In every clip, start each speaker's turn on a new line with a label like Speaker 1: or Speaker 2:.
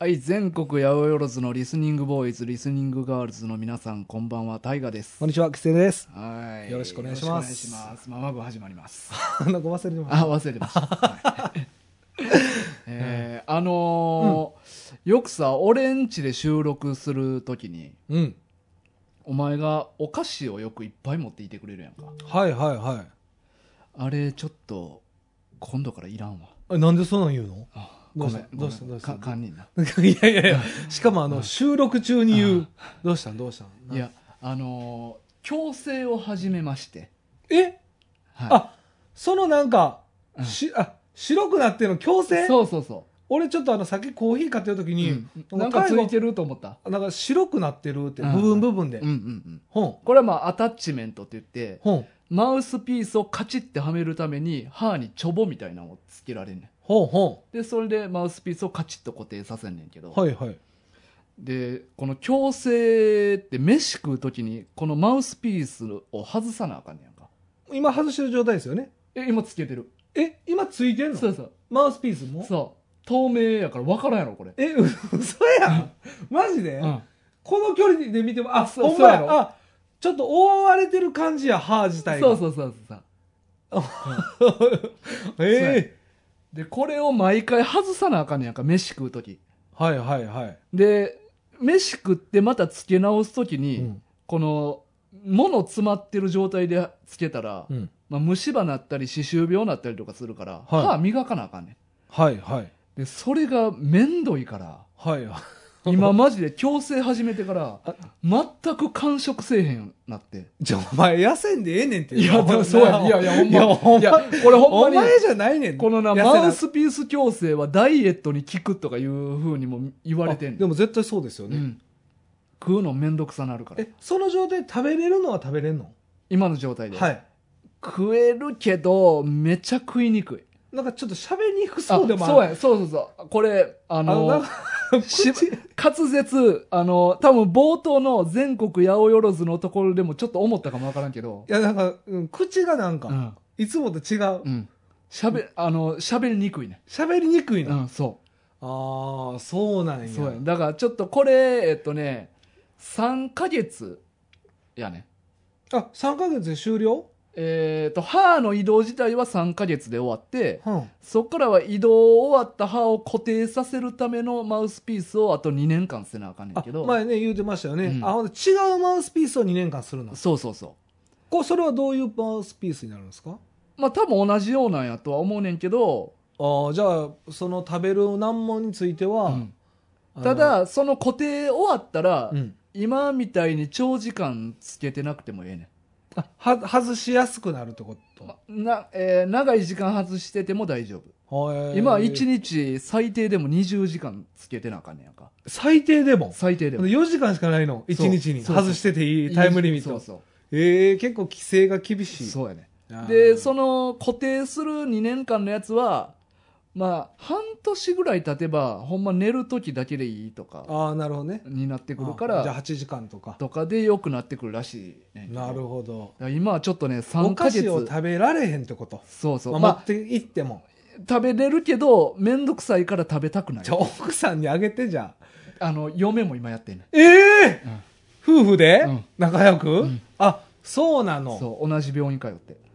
Speaker 1: はい、全国八百万のリスニングボーイズ、リスニングガールズの皆さん、こんばんは、タイガです。
Speaker 2: こんにちは、キセです。
Speaker 1: はい。
Speaker 2: よろしくお願いします
Speaker 1: よろしくお願いします。ママ号始まり ます。
Speaker 2: あの、ご忘れでも。
Speaker 1: あ、忘れてました。 はいえーあのーよくさ、俺んちで収録するときに、
Speaker 2: うん。
Speaker 1: お前がお菓子をよくいっぱい持っていてくれるやんか。
Speaker 2: はいはいはい。
Speaker 1: あれ、ちょっと、今度からいらんわ。
Speaker 2: えなんでそんなん言うの
Speaker 1: あ
Speaker 2: どうした
Speaker 1: ごめん
Speaker 2: どうしたどうした
Speaker 1: か堪忍な。
Speaker 2: いやいやいや、しかもあ
Speaker 1: うん
Speaker 2: の、収録中に
Speaker 1: う。
Speaker 2: 言うんどうしたんどうしたん
Speaker 1: いや。、あのー矯正を始めまして。
Speaker 2: え
Speaker 1: は
Speaker 2: あ、そのなんか
Speaker 1: う、ん
Speaker 2: し、あ、白くなってるの強
Speaker 1: い。
Speaker 2: 制
Speaker 1: そうそうそ
Speaker 2: 俺ちょっとあの、さっきコーヒー買ってる時
Speaker 1: う。
Speaker 2: に、
Speaker 1: うんなんかついてると思った。
Speaker 2: なんか白くなってるって、
Speaker 1: うん
Speaker 2: 部分部分で
Speaker 1: うんうん。うん。
Speaker 2: ほん。
Speaker 1: これはまあ、アタッチメントって言って、
Speaker 2: ほん。
Speaker 1: マウスピースをカチッてはめるために、歯にチョボみたいなのをつけられんね
Speaker 2: ほんほ
Speaker 1: ん。で、それでマウスピースをカチッと固定させんねんけど、
Speaker 2: ん。はいはい。
Speaker 1: で、この矯正って飯食うときに、このマウスピースを外さなあかんねやんか。
Speaker 2: 今外してる状態ですよね。
Speaker 1: え、今つけてる。
Speaker 2: え、今ついてん
Speaker 1: そ
Speaker 2: の
Speaker 1: うそう。
Speaker 2: マウスピースも
Speaker 1: そう。透明やから分からんやろ、これ。
Speaker 2: え、嘘やん。マジで
Speaker 1: うん。
Speaker 2: この距離で見ても、あ、
Speaker 1: そう
Speaker 2: ほんま
Speaker 1: そうや
Speaker 2: や。
Speaker 1: ろ
Speaker 2: あ、ちょっと覆われてる感じや、歯自体が。
Speaker 1: そうそうそうそう。
Speaker 2: う。え
Speaker 1: で、これを毎回外さなあかんねやんか、飯食うとき。
Speaker 2: えはいはいはい。
Speaker 1: で、飯食ってまた付け直すときに、
Speaker 2: うん
Speaker 1: この、物詰まってる状態でつけたら、
Speaker 2: うん。
Speaker 1: まあ、虫歯なったり歯周病なったりとかするから、
Speaker 2: はい
Speaker 1: 歯磨かなあかんね
Speaker 2: はいはい。
Speaker 1: ん。で、それがめんどい から、
Speaker 2: はいはい。
Speaker 1: 今マジで矯正始めてから
Speaker 2: あ、
Speaker 1: 全く感触せえへんなって。
Speaker 2: じゃあお前、痩せんでええねんって。
Speaker 1: いや、
Speaker 2: お
Speaker 1: でも
Speaker 2: 前
Speaker 1: そうや。いやいや、ほん
Speaker 2: いや
Speaker 1: ま。
Speaker 2: ほんま
Speaker 1: いや、これほ
Speaker 2: お
Speaker 1: んまに、
Speaker 2: 前じゃないねん。
Speaker 1: このな、
Speaker 2: 痩せな
Speaker 1: マウスピース矯正はダイエットに効くとかいうふうにも言われてんねん
Speaker 2: あでも絶対そうですよ
Speaker 1: う
Speaker 2: ね。
Speaker 1: ん、食うのめんどくさなるから
Speaker 2: え、その状態で食べれるのは食べれんの
Speaker 1: 今の状態で、
Speaker 2: はい。
Speaker 1: 食えるけどめちゃ食いにくい
Speaker 2: なんかちょっと喋りにくそうでも
Speaker 1: あ
Speaker 2: ある。
Speaker 1: そうやそうそうそうこれあ
Speaker 2: あの、なん
Speaker 1: の
Speaker 2: か、
Speaker 1: し
Speaker 2: 口
Speaker 1: 滑舌あの多分冒頭の全国八百万のところでもちょっと思ったかもわからんけど
Speaker 2: いや、なんか、うん口がなん
Speaker 1: う
Speaker 2: か、
Speaker 1: ん
Speaker 2: いつもと違う
Speaker 1: う。んしゃべ、あの喋りにくいね
Speaker 2: 喋りにくいうな。
Speaker 1: んそ
Speaker 2: ああ、そうなん
Speaker 1: う
Speaker 2: や。
Speaker 1: そうやだからちょっとこれえっとね3ヶ月やね
Speaker 2: あ、3ヶ月で終了
Speaker 1: えっと歯の移動自体は3ヶ月で終わって、
Speaker 2: うん。
Speaker 1: そこからは移動終わった歯を固定させるためのマウスピースをあと2年間せなあかんねん
Speaker 2: あ
Speaker 1: けど、
Speaker 2: 前ね言うてましたよね、
Speaker 1: うん
Speaker 2: あほんで違うマウスピースを2年間するの
Speaker 1: そうそうそ
Speaker 2: こうそれはどういうマウスピースになるんですか
Speaker 1: うまあ多分同じようなんやとは思うねんけど、
Speaker 2: ああじゃあその食べる難問については、
Speaker 1: うん
Speaker 2: あの
Speaker 1: た、だその固定終わったら、
Speaker 2: うん、
Speaker 1: 今みたいに長時間つけてなくてもええね
Speaker 2: あは外しやすくなるってこと、
Speaker 1: ん、まなえー長い時間外してても大丈夫、
Speaker 2: は
Speaker 1: 今は1日最低でも20時間つけてなあかんねんやんか
Speaker 2: 最低でも
Speaker 1: 最低でも
Speaker 2: 4時間しかないの1日に
Speaker 1: そうそう
Speaker 2: 外してていいタイムリミッ
Speaker 1: そう
Speaker 2: ト
Speaker 1: そ
Speaker 2: ええ結構規制が厳
Speaker 1: う
Speaker 2: しい
Speaker 1: そうやね
Speaker 2: あー
Speaker 1: でその固定する2年間のやつはまあ半年ぐらい経てばほんま寝る時だけでいいとか
Speaker 2: ああなるほどね
Speaker 1: になってくるか
Speaker 2: あーじゃあ
Speaker 1: ら
Speaker 2: 8時間とか
Speaker 1: とかで良くなってくるらしいねんけど
Speaker 2: なるほど
Speaker 1: だから今はちょっとね3
Speaker 2: お
Speaker 1: ヶ
Speaker 2: 菓
Speaker 1: 月
Speaker 2: 子を食べられへんってこと、
Speaker 1: そうそう、
Speaker 2: まあ
Speaker 1: ま
Speaker 2: 持っ
Speaker 1: あ、
Speaker 2: て行っても
Speaker 1: 食べれるけど面倒くさいから食べたくない
Speaker 2: じゃあ奥さんにあげてじゃあ
Speaker 1: あの嫁も今やってんねん
Speaker 2: ええ夫婦で、
Speaker 1: うん
Speaker 2: 仲良く、
Speaker 1: ん
Speaker 2: あ、そう なの。
Speaker 1: そう同じ病院通って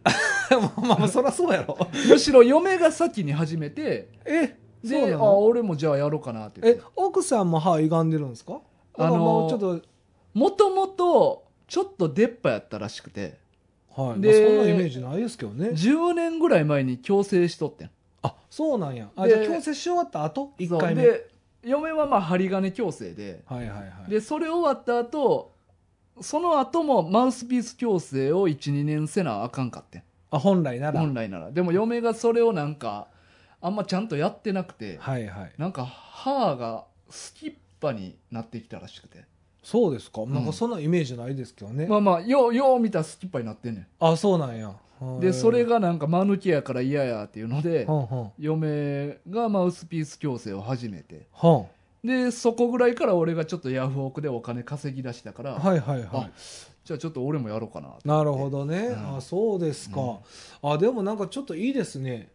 Speaker 2: まあまあ、そりゃそうやろ。
Speaker 1: むしろ嫁が先に始めて
Speaker 2: え、そ
Speaker 1: で
Speaker 2: うな
Speaker 1: あ
Speaker 2: の
Speaker 1: 俺もじゃあやろうかなって言っ
Speaker 2: え
Speaker 1: て、
Speaker 2: 奥さんも歯歪んでるんですか
Speaker 1: あ
Speaker 2: あ
Speaker 1: のー
Speaker 2: のもうちょっと、
Speaker 1: もともとちょっと出っ歯やったらしくて
Speaker 2: はい。まあ、
Speaker 1: で
Speaker 2: そんなイメージないですけどね。
Speaker 1: 10年ぐらい前に矯正しとってん
Speaker 2: あ、そうなんや。あ、じ
Speaker 1: で
Speaker 2: ゃあ矯正し終わった後 ?1 回目。
Speaker 1: そう
Speaker 2: はい
Speaker 1: で嫁はまあ針金矯正で、
Speaker 2: はいはい。
Speaker 1: でそれ終わった後その後もマウスピース矯正を12年せなあかんかってん
Speaker 2: あ、本来なら。
Speaker 1: 本来ならでも嫁がそれをなんかあんまちゃんとやってなくて
Speaker 2: はいはい。
Speaker 1: なんか歯がスキッパになってきたらしくて
Speaker 2: そうですか。なん
Speaker 1: うん
Speaker 2: かそんなイメージないですけどね。
Speaker 1: まあまあようよう見たらスキッパになってんね
Speaker 2: あ、そうなんや。
Speaker 1: んでそれが
Speaker 2: が、
Speaker 1: なんか間抜けやから嫌やっていうので
Speaker 2: ほんほん。
Speaker 1: 嫁がマウスピース矯正を始めて
Speaker 2: ほん。
Speaker 1: でそこぐらいから俺がちょっとヤフオクでお金稼ぎ出したから、
Speaker 2: はいはいはい
Speaker 1: あ。じゃあちょっと俺もやろうかなって
Speaker 2: なるほどね、
Speaker 1: うん
Speaker 2: あそうですか、あでもなんかちょっといいですね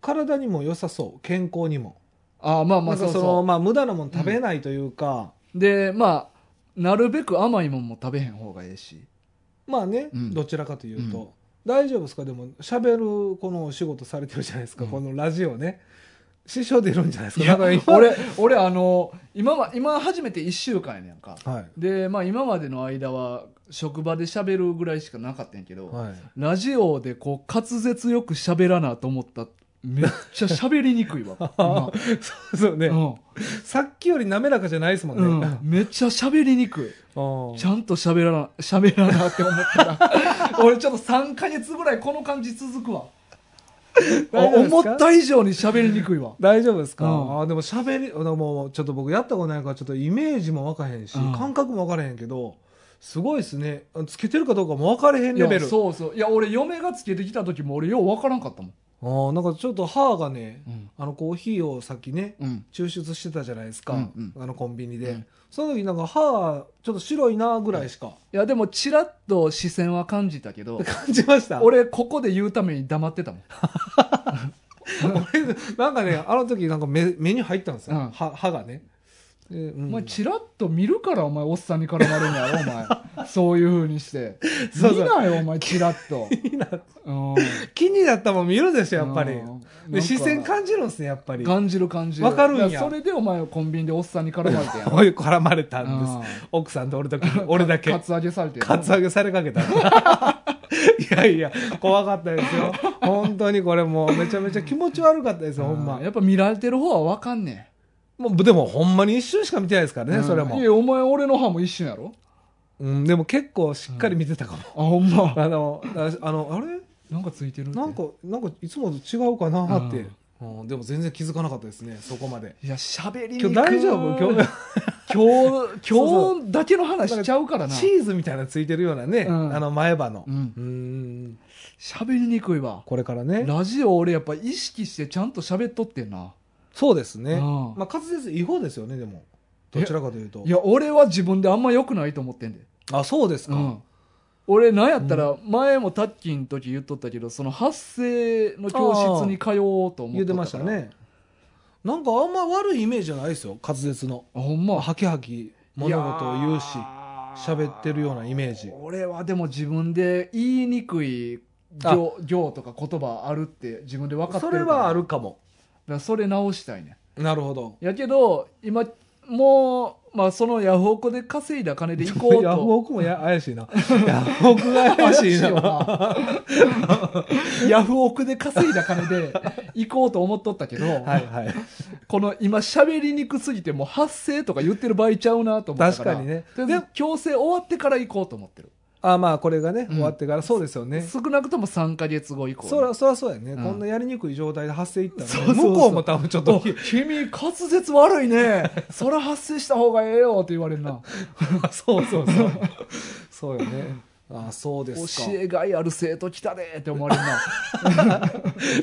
Speaker 2: 体にも良さそう健康にも
Speaker 1: ああまあま
Speaker 2: な
Speaker 1: あ
Speaker 2: んか
Speaker 1: そう
Speaker 2: そ
Speaker 1: そ
Speaker 2: の
Speaker 1: う
Speaker 2: まあ無駄なもん食べないというか、
Speaker 1: でまあなるべく甘いもんも食べへん方がええし
Speaker 2: まあね、
Speaker 1: うん
Speaker 2: どちらかというと、大丈夫ですかでも喋るこのお仕事されてるじゃないですか、
Speaker 1: うん
Speaker 2: このラジオね師匠出るんじゃないですか
Speaker 1: いや
Speaker 2: だから今
Speaker 1: 俺俺あの今は今初めて1週間やねんか
Speaker 2: はい
Speaker 1: でまあ今までの間は職場で喋るぐらいしかなかったんやけど、
Speaker 2: はい
Speaker 1: ラジオでこう滑舌よく喋らなと思っためっちゃ喋りにくい わ今
Speaker 2: そう そうね、
Speaker 1: うん
Speaker 2: さっきより滑らかじゃないですもんね、
Speaker 1: うん、めっちゃ喋りにくい
Speaker 2: うん
Speaker 1: ちゃんと喋らな 喋らなって思ったら 俺ちょっと3か月ぐらいこの感じ続くわ
Speaker 2: 大丈夫ですか
Speaker 1: 思った以上に喋りにくいわ
Speaker 2: 大丈夫ですか、
Speaker 1: うん
Speaker 2: あーでも喋りでもちょっと僕やったことないからちょっとイメージも分かへんし、
Speaker 1: うん
Speaker 2: 感覚も分からへんけどすごいですねつけてるかどうかも分かれへんレベ
Speaker 1: い
Speaker 2: ル
Speaker 1: やそうそういや俺嫁がつけてきた時も俺ようわからんかったもん
Speaker 2: あーなんかちょっと歯がね
Speaker 1: うん
Speaker 2: あのコーヒーをさっきね
Speaker 1: うん
Speaker 2: 抽出してたじゃないですか、
Speaker 1: うん
Speaker 2: あのコンビニで、
Speaker 1: うん
Speaker 2: その時なんか歯がちょっと白いなぐらいしか
Speaker 1: いやでもチラッと視線は感じたけど
Speaker 2: 感じました
Speaker 1: 俺ここで言うために黙ってたもん
Speaker 2: 俺なんかねあの時なんか目目に入ったんですよ、
Speaker 1: うん
Speaker 2: 歯歯がねでうん
Speaker 1: お前チラッと見るからお前おっさんに絡まれんやろお 前そういうふうにして
Speaker 2: そうそう
Speaker 1: 見ないよお前チラッ と
Speaker 2: 気にな
Speaker 1: うん
Speaker 2: 気になったもん見るでしょやっぱり、
Speaker 1: うんなん
Speaker 2: で
Speaker 1: か
Speaker 2: 視線感じるんですねやっぱり
Speaker 1: 感じる感じる
Speaker 2: わかるんや
Speaker 1: だらそれでお前コンビニでおっさんに絡まれてや
Speaker 2: おい絡まれたんです、
Speaker 1: うん
Speaker 2: 奥さんと俺だけ 俺だけ
Speaker 1: カツアゲされて
Speaker 2: カツアゲされか けたいやいや怖かったですよ本当にこれもうめちゃめちゃ気持ち悪かったですよほんま
Speaker 1: やっぱ見られてる方は分かんね
Speaker 2: もうでもほんまに一瞬しか見てないですか
Speaker 1: え
Speaker 2: らね、
Speaker 1: うん
Speaker 2: それも
Speaker 1: い、やお前俺の歯も一瞬やろ
Speaker 2: うん、でも結構しっかり見てたかも、
Speaker 1: あほんま
Speaker 2: あのああのあれ
Speaker 1: なんかついてるって
Speaker 2: なんかなんかいつもと違うかなって、うんでも全然気づかなかったですねそこまで
Speaker 1: いや喋りにく
Speaker 2: 今
Speaker 1: い
Speaker 2: 日大丈夫今日
Speaker 1: 今日
Speaker 2: そうそ
Speaker 1: 今日だけの話しちゃうからな
Speaker 2: チーズみたいなのついてるようなね、
Speaker 1: うん
Speaker 2: あの前歯の
Speaker 1: う、ん
Speaker 2: うん
Speaker 1: 喋りにくいわ
Speaker 2: これからね
Speaker 1: ラジオ俺やっぱ意識してちゃんと喋っとってんな
Speaker 2: そうですね、
Speaker 1: うん
Speaker 2: まあ、滑舌違法ですよねでも
Speaker 1: え
Speaker 2: どちらかというと
Speaker 1: いや俺は自分であんま良くないと思ってんで
Speaker 2: あそうですか、
Speaker 1: うん、俺なんやったら前もタッキーの時言っとったけどその発声の教室に通おうと思って
Speaker 2: 言ってましたねなんかあんま悪いイメージじゃないですよ滑舌の
Speaker 1: あほんま
Speaker 2: ハキハキ物事を言うし
Speaker 1: いやー
Speaker 2: 喋ってるようなイメージ
Speaker 1: 俺はでも自分で言いにくい行行とか言葉あるって自分で分かってるか
Speaker 2: そ
Speaker 1: ら
Speaker 2: れはあ
Speaker 1: だ
Speaker 2: るかも
Speaker 1: からそれ直したいね
Speaker 2: なるほど
Speaker 1: やけど今もう、まあ、そのヤフオクで稼いだ金で行こう
Speaker 2: ヤフ
Speaker 1: と
Speaker 2: オクもや怪しいな ヤフオクが怪しいな
Speaker 1: よなヤフオクで稼いだ金で行こうと思っとったけど、
Speaker 2: はいはい
Speaker 1: この今喋りにくすぎてもう発声とか言ってる場合ちゃうなと思ったから
Speaker 2: 確かにね
Speaker 1: とりあえず
Speaker 2: で
Speaker 1: 強制終わってから行こうと思ってる、
Speaker 2: あまあこれがね、
Speaker 1: うん
Speaker 2: 終わってからそうですよね
Speaker 1: 少なくとも3か月後以降
Speaker 2: そらそらそうやね、
Speaker 1: うん
Speaker 2: こんなやりにくい状態で発生いったらね、
Speaker 1: そうそうそう
Speaker 2: 向こうも多分ちょっ
Speaker 1: お
Speaker 2: と
Speaker 1: 君滑舌悪いねそら発声した方がええよって言われるな
Speaker 2: そうそうそうそうよねあそうですか
Speaker 1: 教えがいある生徒来たでって思われるな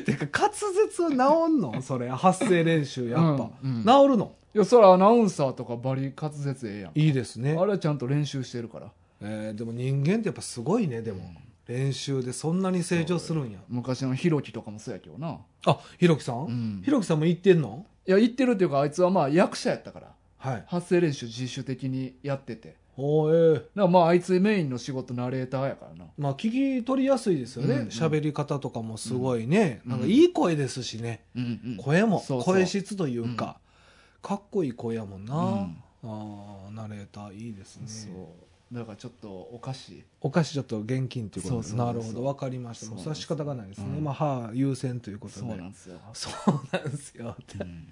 Speaker 2: てか滑舌は治んのそれ発声練習やっぱ、
Speaker 1: うんうん
Speaker 2: 治るの
Speaker 1: いやそらアナウンサーとかバリ滑舌ええやん
Speaker 2: いいですね
Speaker 1: あ、れはちゃんと練習してるから
Speaker 2: えーでも人間ってやっぱすごいねでも、練習でそんなに成長するんや
Speaker 1: 昔のひろきとかもそうやけどな
Speaker 2: あひろきさん、
Speaker 1: うん
Speaker 2: ひろきさんも言ってんの
Speaker 1: いや言ってるっていうかあいつはまあ役者やったから
Speaker 2: はい
Speaker 1: 発声練習自主的にやってて
Speaker 2: おーえー
Speaker 1: だからまああいつメインの仕事ナレーターやからな
Speaker 2: まあ聞き取りやすいですよね
Speaker 1: うんうん
Speaker 2: 喋、り方とかもすごいね、
Speaker 1: うん
Speaker 2: なんかいい声ですしね、
Speaker 1: うんうん
Speaker 2: 声も
Speaker 1: そうそう
Speaker 2: 声質というか、かっこいい声やもんな、
Speaker 1: うん
Speaker 2: あーナレーターいいですね
Speaker 1: そうだからちょっとおかしい
Speaker 2: お菓子ちょっと現金ということで
Speaker 1: そうそうそう
Speaker 2: なるほど分かりました
Speaker 1: そう
Speaker 2: もう
Speaker 1: なんで
Speaker 2: それは
Speaker 1: す
Speaker 2: 仕方がないですね、
Speaker 1: うん
Speaker 2: まあ歯優先ということで
Speaker 1: そうなんですよ、
Speaker 2: そうなんですよ って
Speaker 1: うん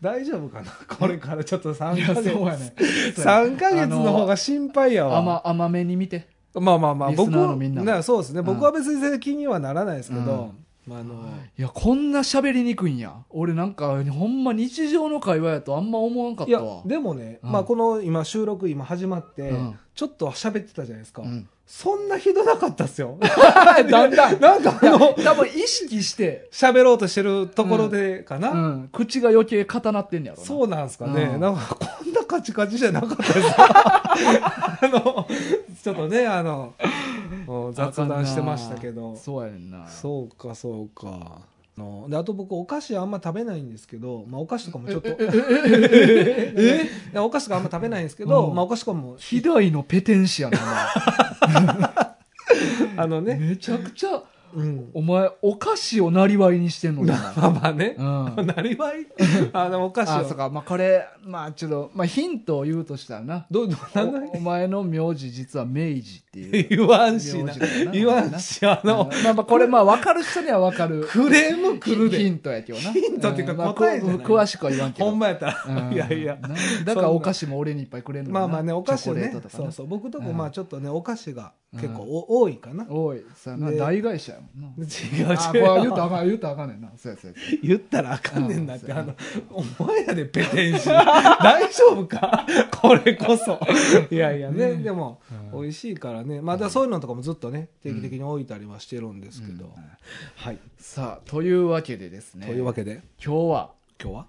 Speaker 2: 大丈夫かなこれからちょっと
Speaker 1: い
Speaker 2: 3
Speaker 1: や
Speaker 2: ヶ
Speaker 1: そう
Speaker 2: 月
Speaker 1: や ね
Speaker 2: 3ヶ月の方が心配やわ
Speaker 1: 甘甘めに見て
Speaker 2: まあまあまあ
Speaker 1: リス
Speaker 2: 僕
Speaker 1: ナーの
Speaker 2: は
Speaker 1: みんな
Speaker 2: なそうですね
Speaker 1: うん
Speaker 2: 僕は別に全然気にはならないですけど、まあ、あの
Speaker 1: いやこんな喋りにくいんや俺なんかほんま日常の会話やとあんま思わんかっ
Speaker 2: い
Speaker 1: た
Speaker 2: や
Speaker 1: わ
Speaker 2: でもね、
Speaker 1: うん
Speaker 2: まあ、この今収録今始まって、
Speaker 1: うん
Speaker 2: ちょっと喋ってたじゃないですか、
Speaker 1: うん
Speaker 2: そんなひどなかったっす よ
Speaker 1: だんだ ん
Speaker 2: なんか
Speaker 1: い
Speaker 2: あ
Speaker 1: や
Speaker 2: の
Speaker 1: 多分意識して、
Speaker 2: 喋ろうとしてるところでかな、
Speaker 1: うん、口が余計固なってんねやろな
Speaker 2: そうなんですかね、
Speaker 1: うん
Speaker 2: なんかこんなカチカチじゃなかったですあのちょっとねあのうん雑談してましたけど
Speaker 1: そうやねんな
Speaker 2: そうかそうかのであと僕お菓子あんま食べないんですけど、まあ、お菓子とかもちょっとお菓子とかあんま食べないんですけど、
Speaker 1: うん
Speaker 2: まあ、お菓子とかも
Speaker 1: ひどいのペテンシやな、
Speaker 2: あの
Speaker 1: お前
Speaker 2: ね、
Speaker 1: めちゃくちゃ、
Speaker 2: うん、
Speaker 1: お前、お菓子をなりわいにしてんのに
Speaker 2: ま
Speaker 1: な。
Speaker 2: あまあね
Speaker 1: う、ん。
Speaker 2: なりわいあのお菓
Speaker 1: あ、
Speaker 2: 子
Speaker 1: そ
Speaker 2: を
Speaker 1: うか。まあ、これ、まあ、ちょっと、まあ、ヒントを言うとしたらな。
Speaker 2: どうどうなんだ
Speaker 1: おお前の名字、実は明治っていう。
Speaker 2: 言わんしな
Speaker 1: 名字だよな
Speaker 2: 言わんしあの
Speaker 1: まあまあ、これ、まあ、わかる人にはわかる。
Speaker 2: クレーム来る
Speaker 1: ヒ
Speaker 2: で
Speaker 1: ントやけどな。
Speaker 2: ヒントっていうか
Speaker 1: んまあ
Speaker 2: 答えじゃない
Speaker 1: こ詳しくは言わんけど。
Speaker 2: ほんまやった
Speaker 1: う
Speaker 2: ら
Speaker 1: ん
Speaker 2: いやいや
Speaker 1: なだからお菓子も俺にいっぱいくれるのか
Speaker 2: ま
Speaker 1: な
Speaker 2: あまあねお菓子
Speaker 1: チョ
Speaker 2: ね
Speaker 1: コレートとか
Speaker 2: そ
Speaker 1: な
Speaker 2: うそう僕とこ
Speaker 1: うん
Speaker 2: まあちょっとねお菓子が結構お多いかな違
Speaker 1: おいさあな
Speaker 2: で
Speaker 1: 大会社やもんな
Speaker 2: う
Speaker 1: あこれは
Speaker 2: 違
Speaker 1: 言う
Speaker 2: う
Speaker 1: とあかん言うとあかんねんなそうやそうやそうや
Speaker 2: 言ったらあかんねんなって、
Speaker 1: うん
Speaker 2: あの、お前やで、ペテン師。 大丈夫かこれこそ。いやいやね、
Speaker 1: ね
Speaker 2: でも、
Speaker 1: うん
Speaker 2: 美味しいからね。まあだからそういうのとかもずっとね、定期的に置いたりはしてるんですけど。
Speaker 1: うん
Speaker 2: はい。
Speaker 1: さあというわけでです
Speaker 2: と
Speaker 1: ね
Speaker 2: いうわけで、
Speaker 1: 今日は
Speaker 2: 今日は、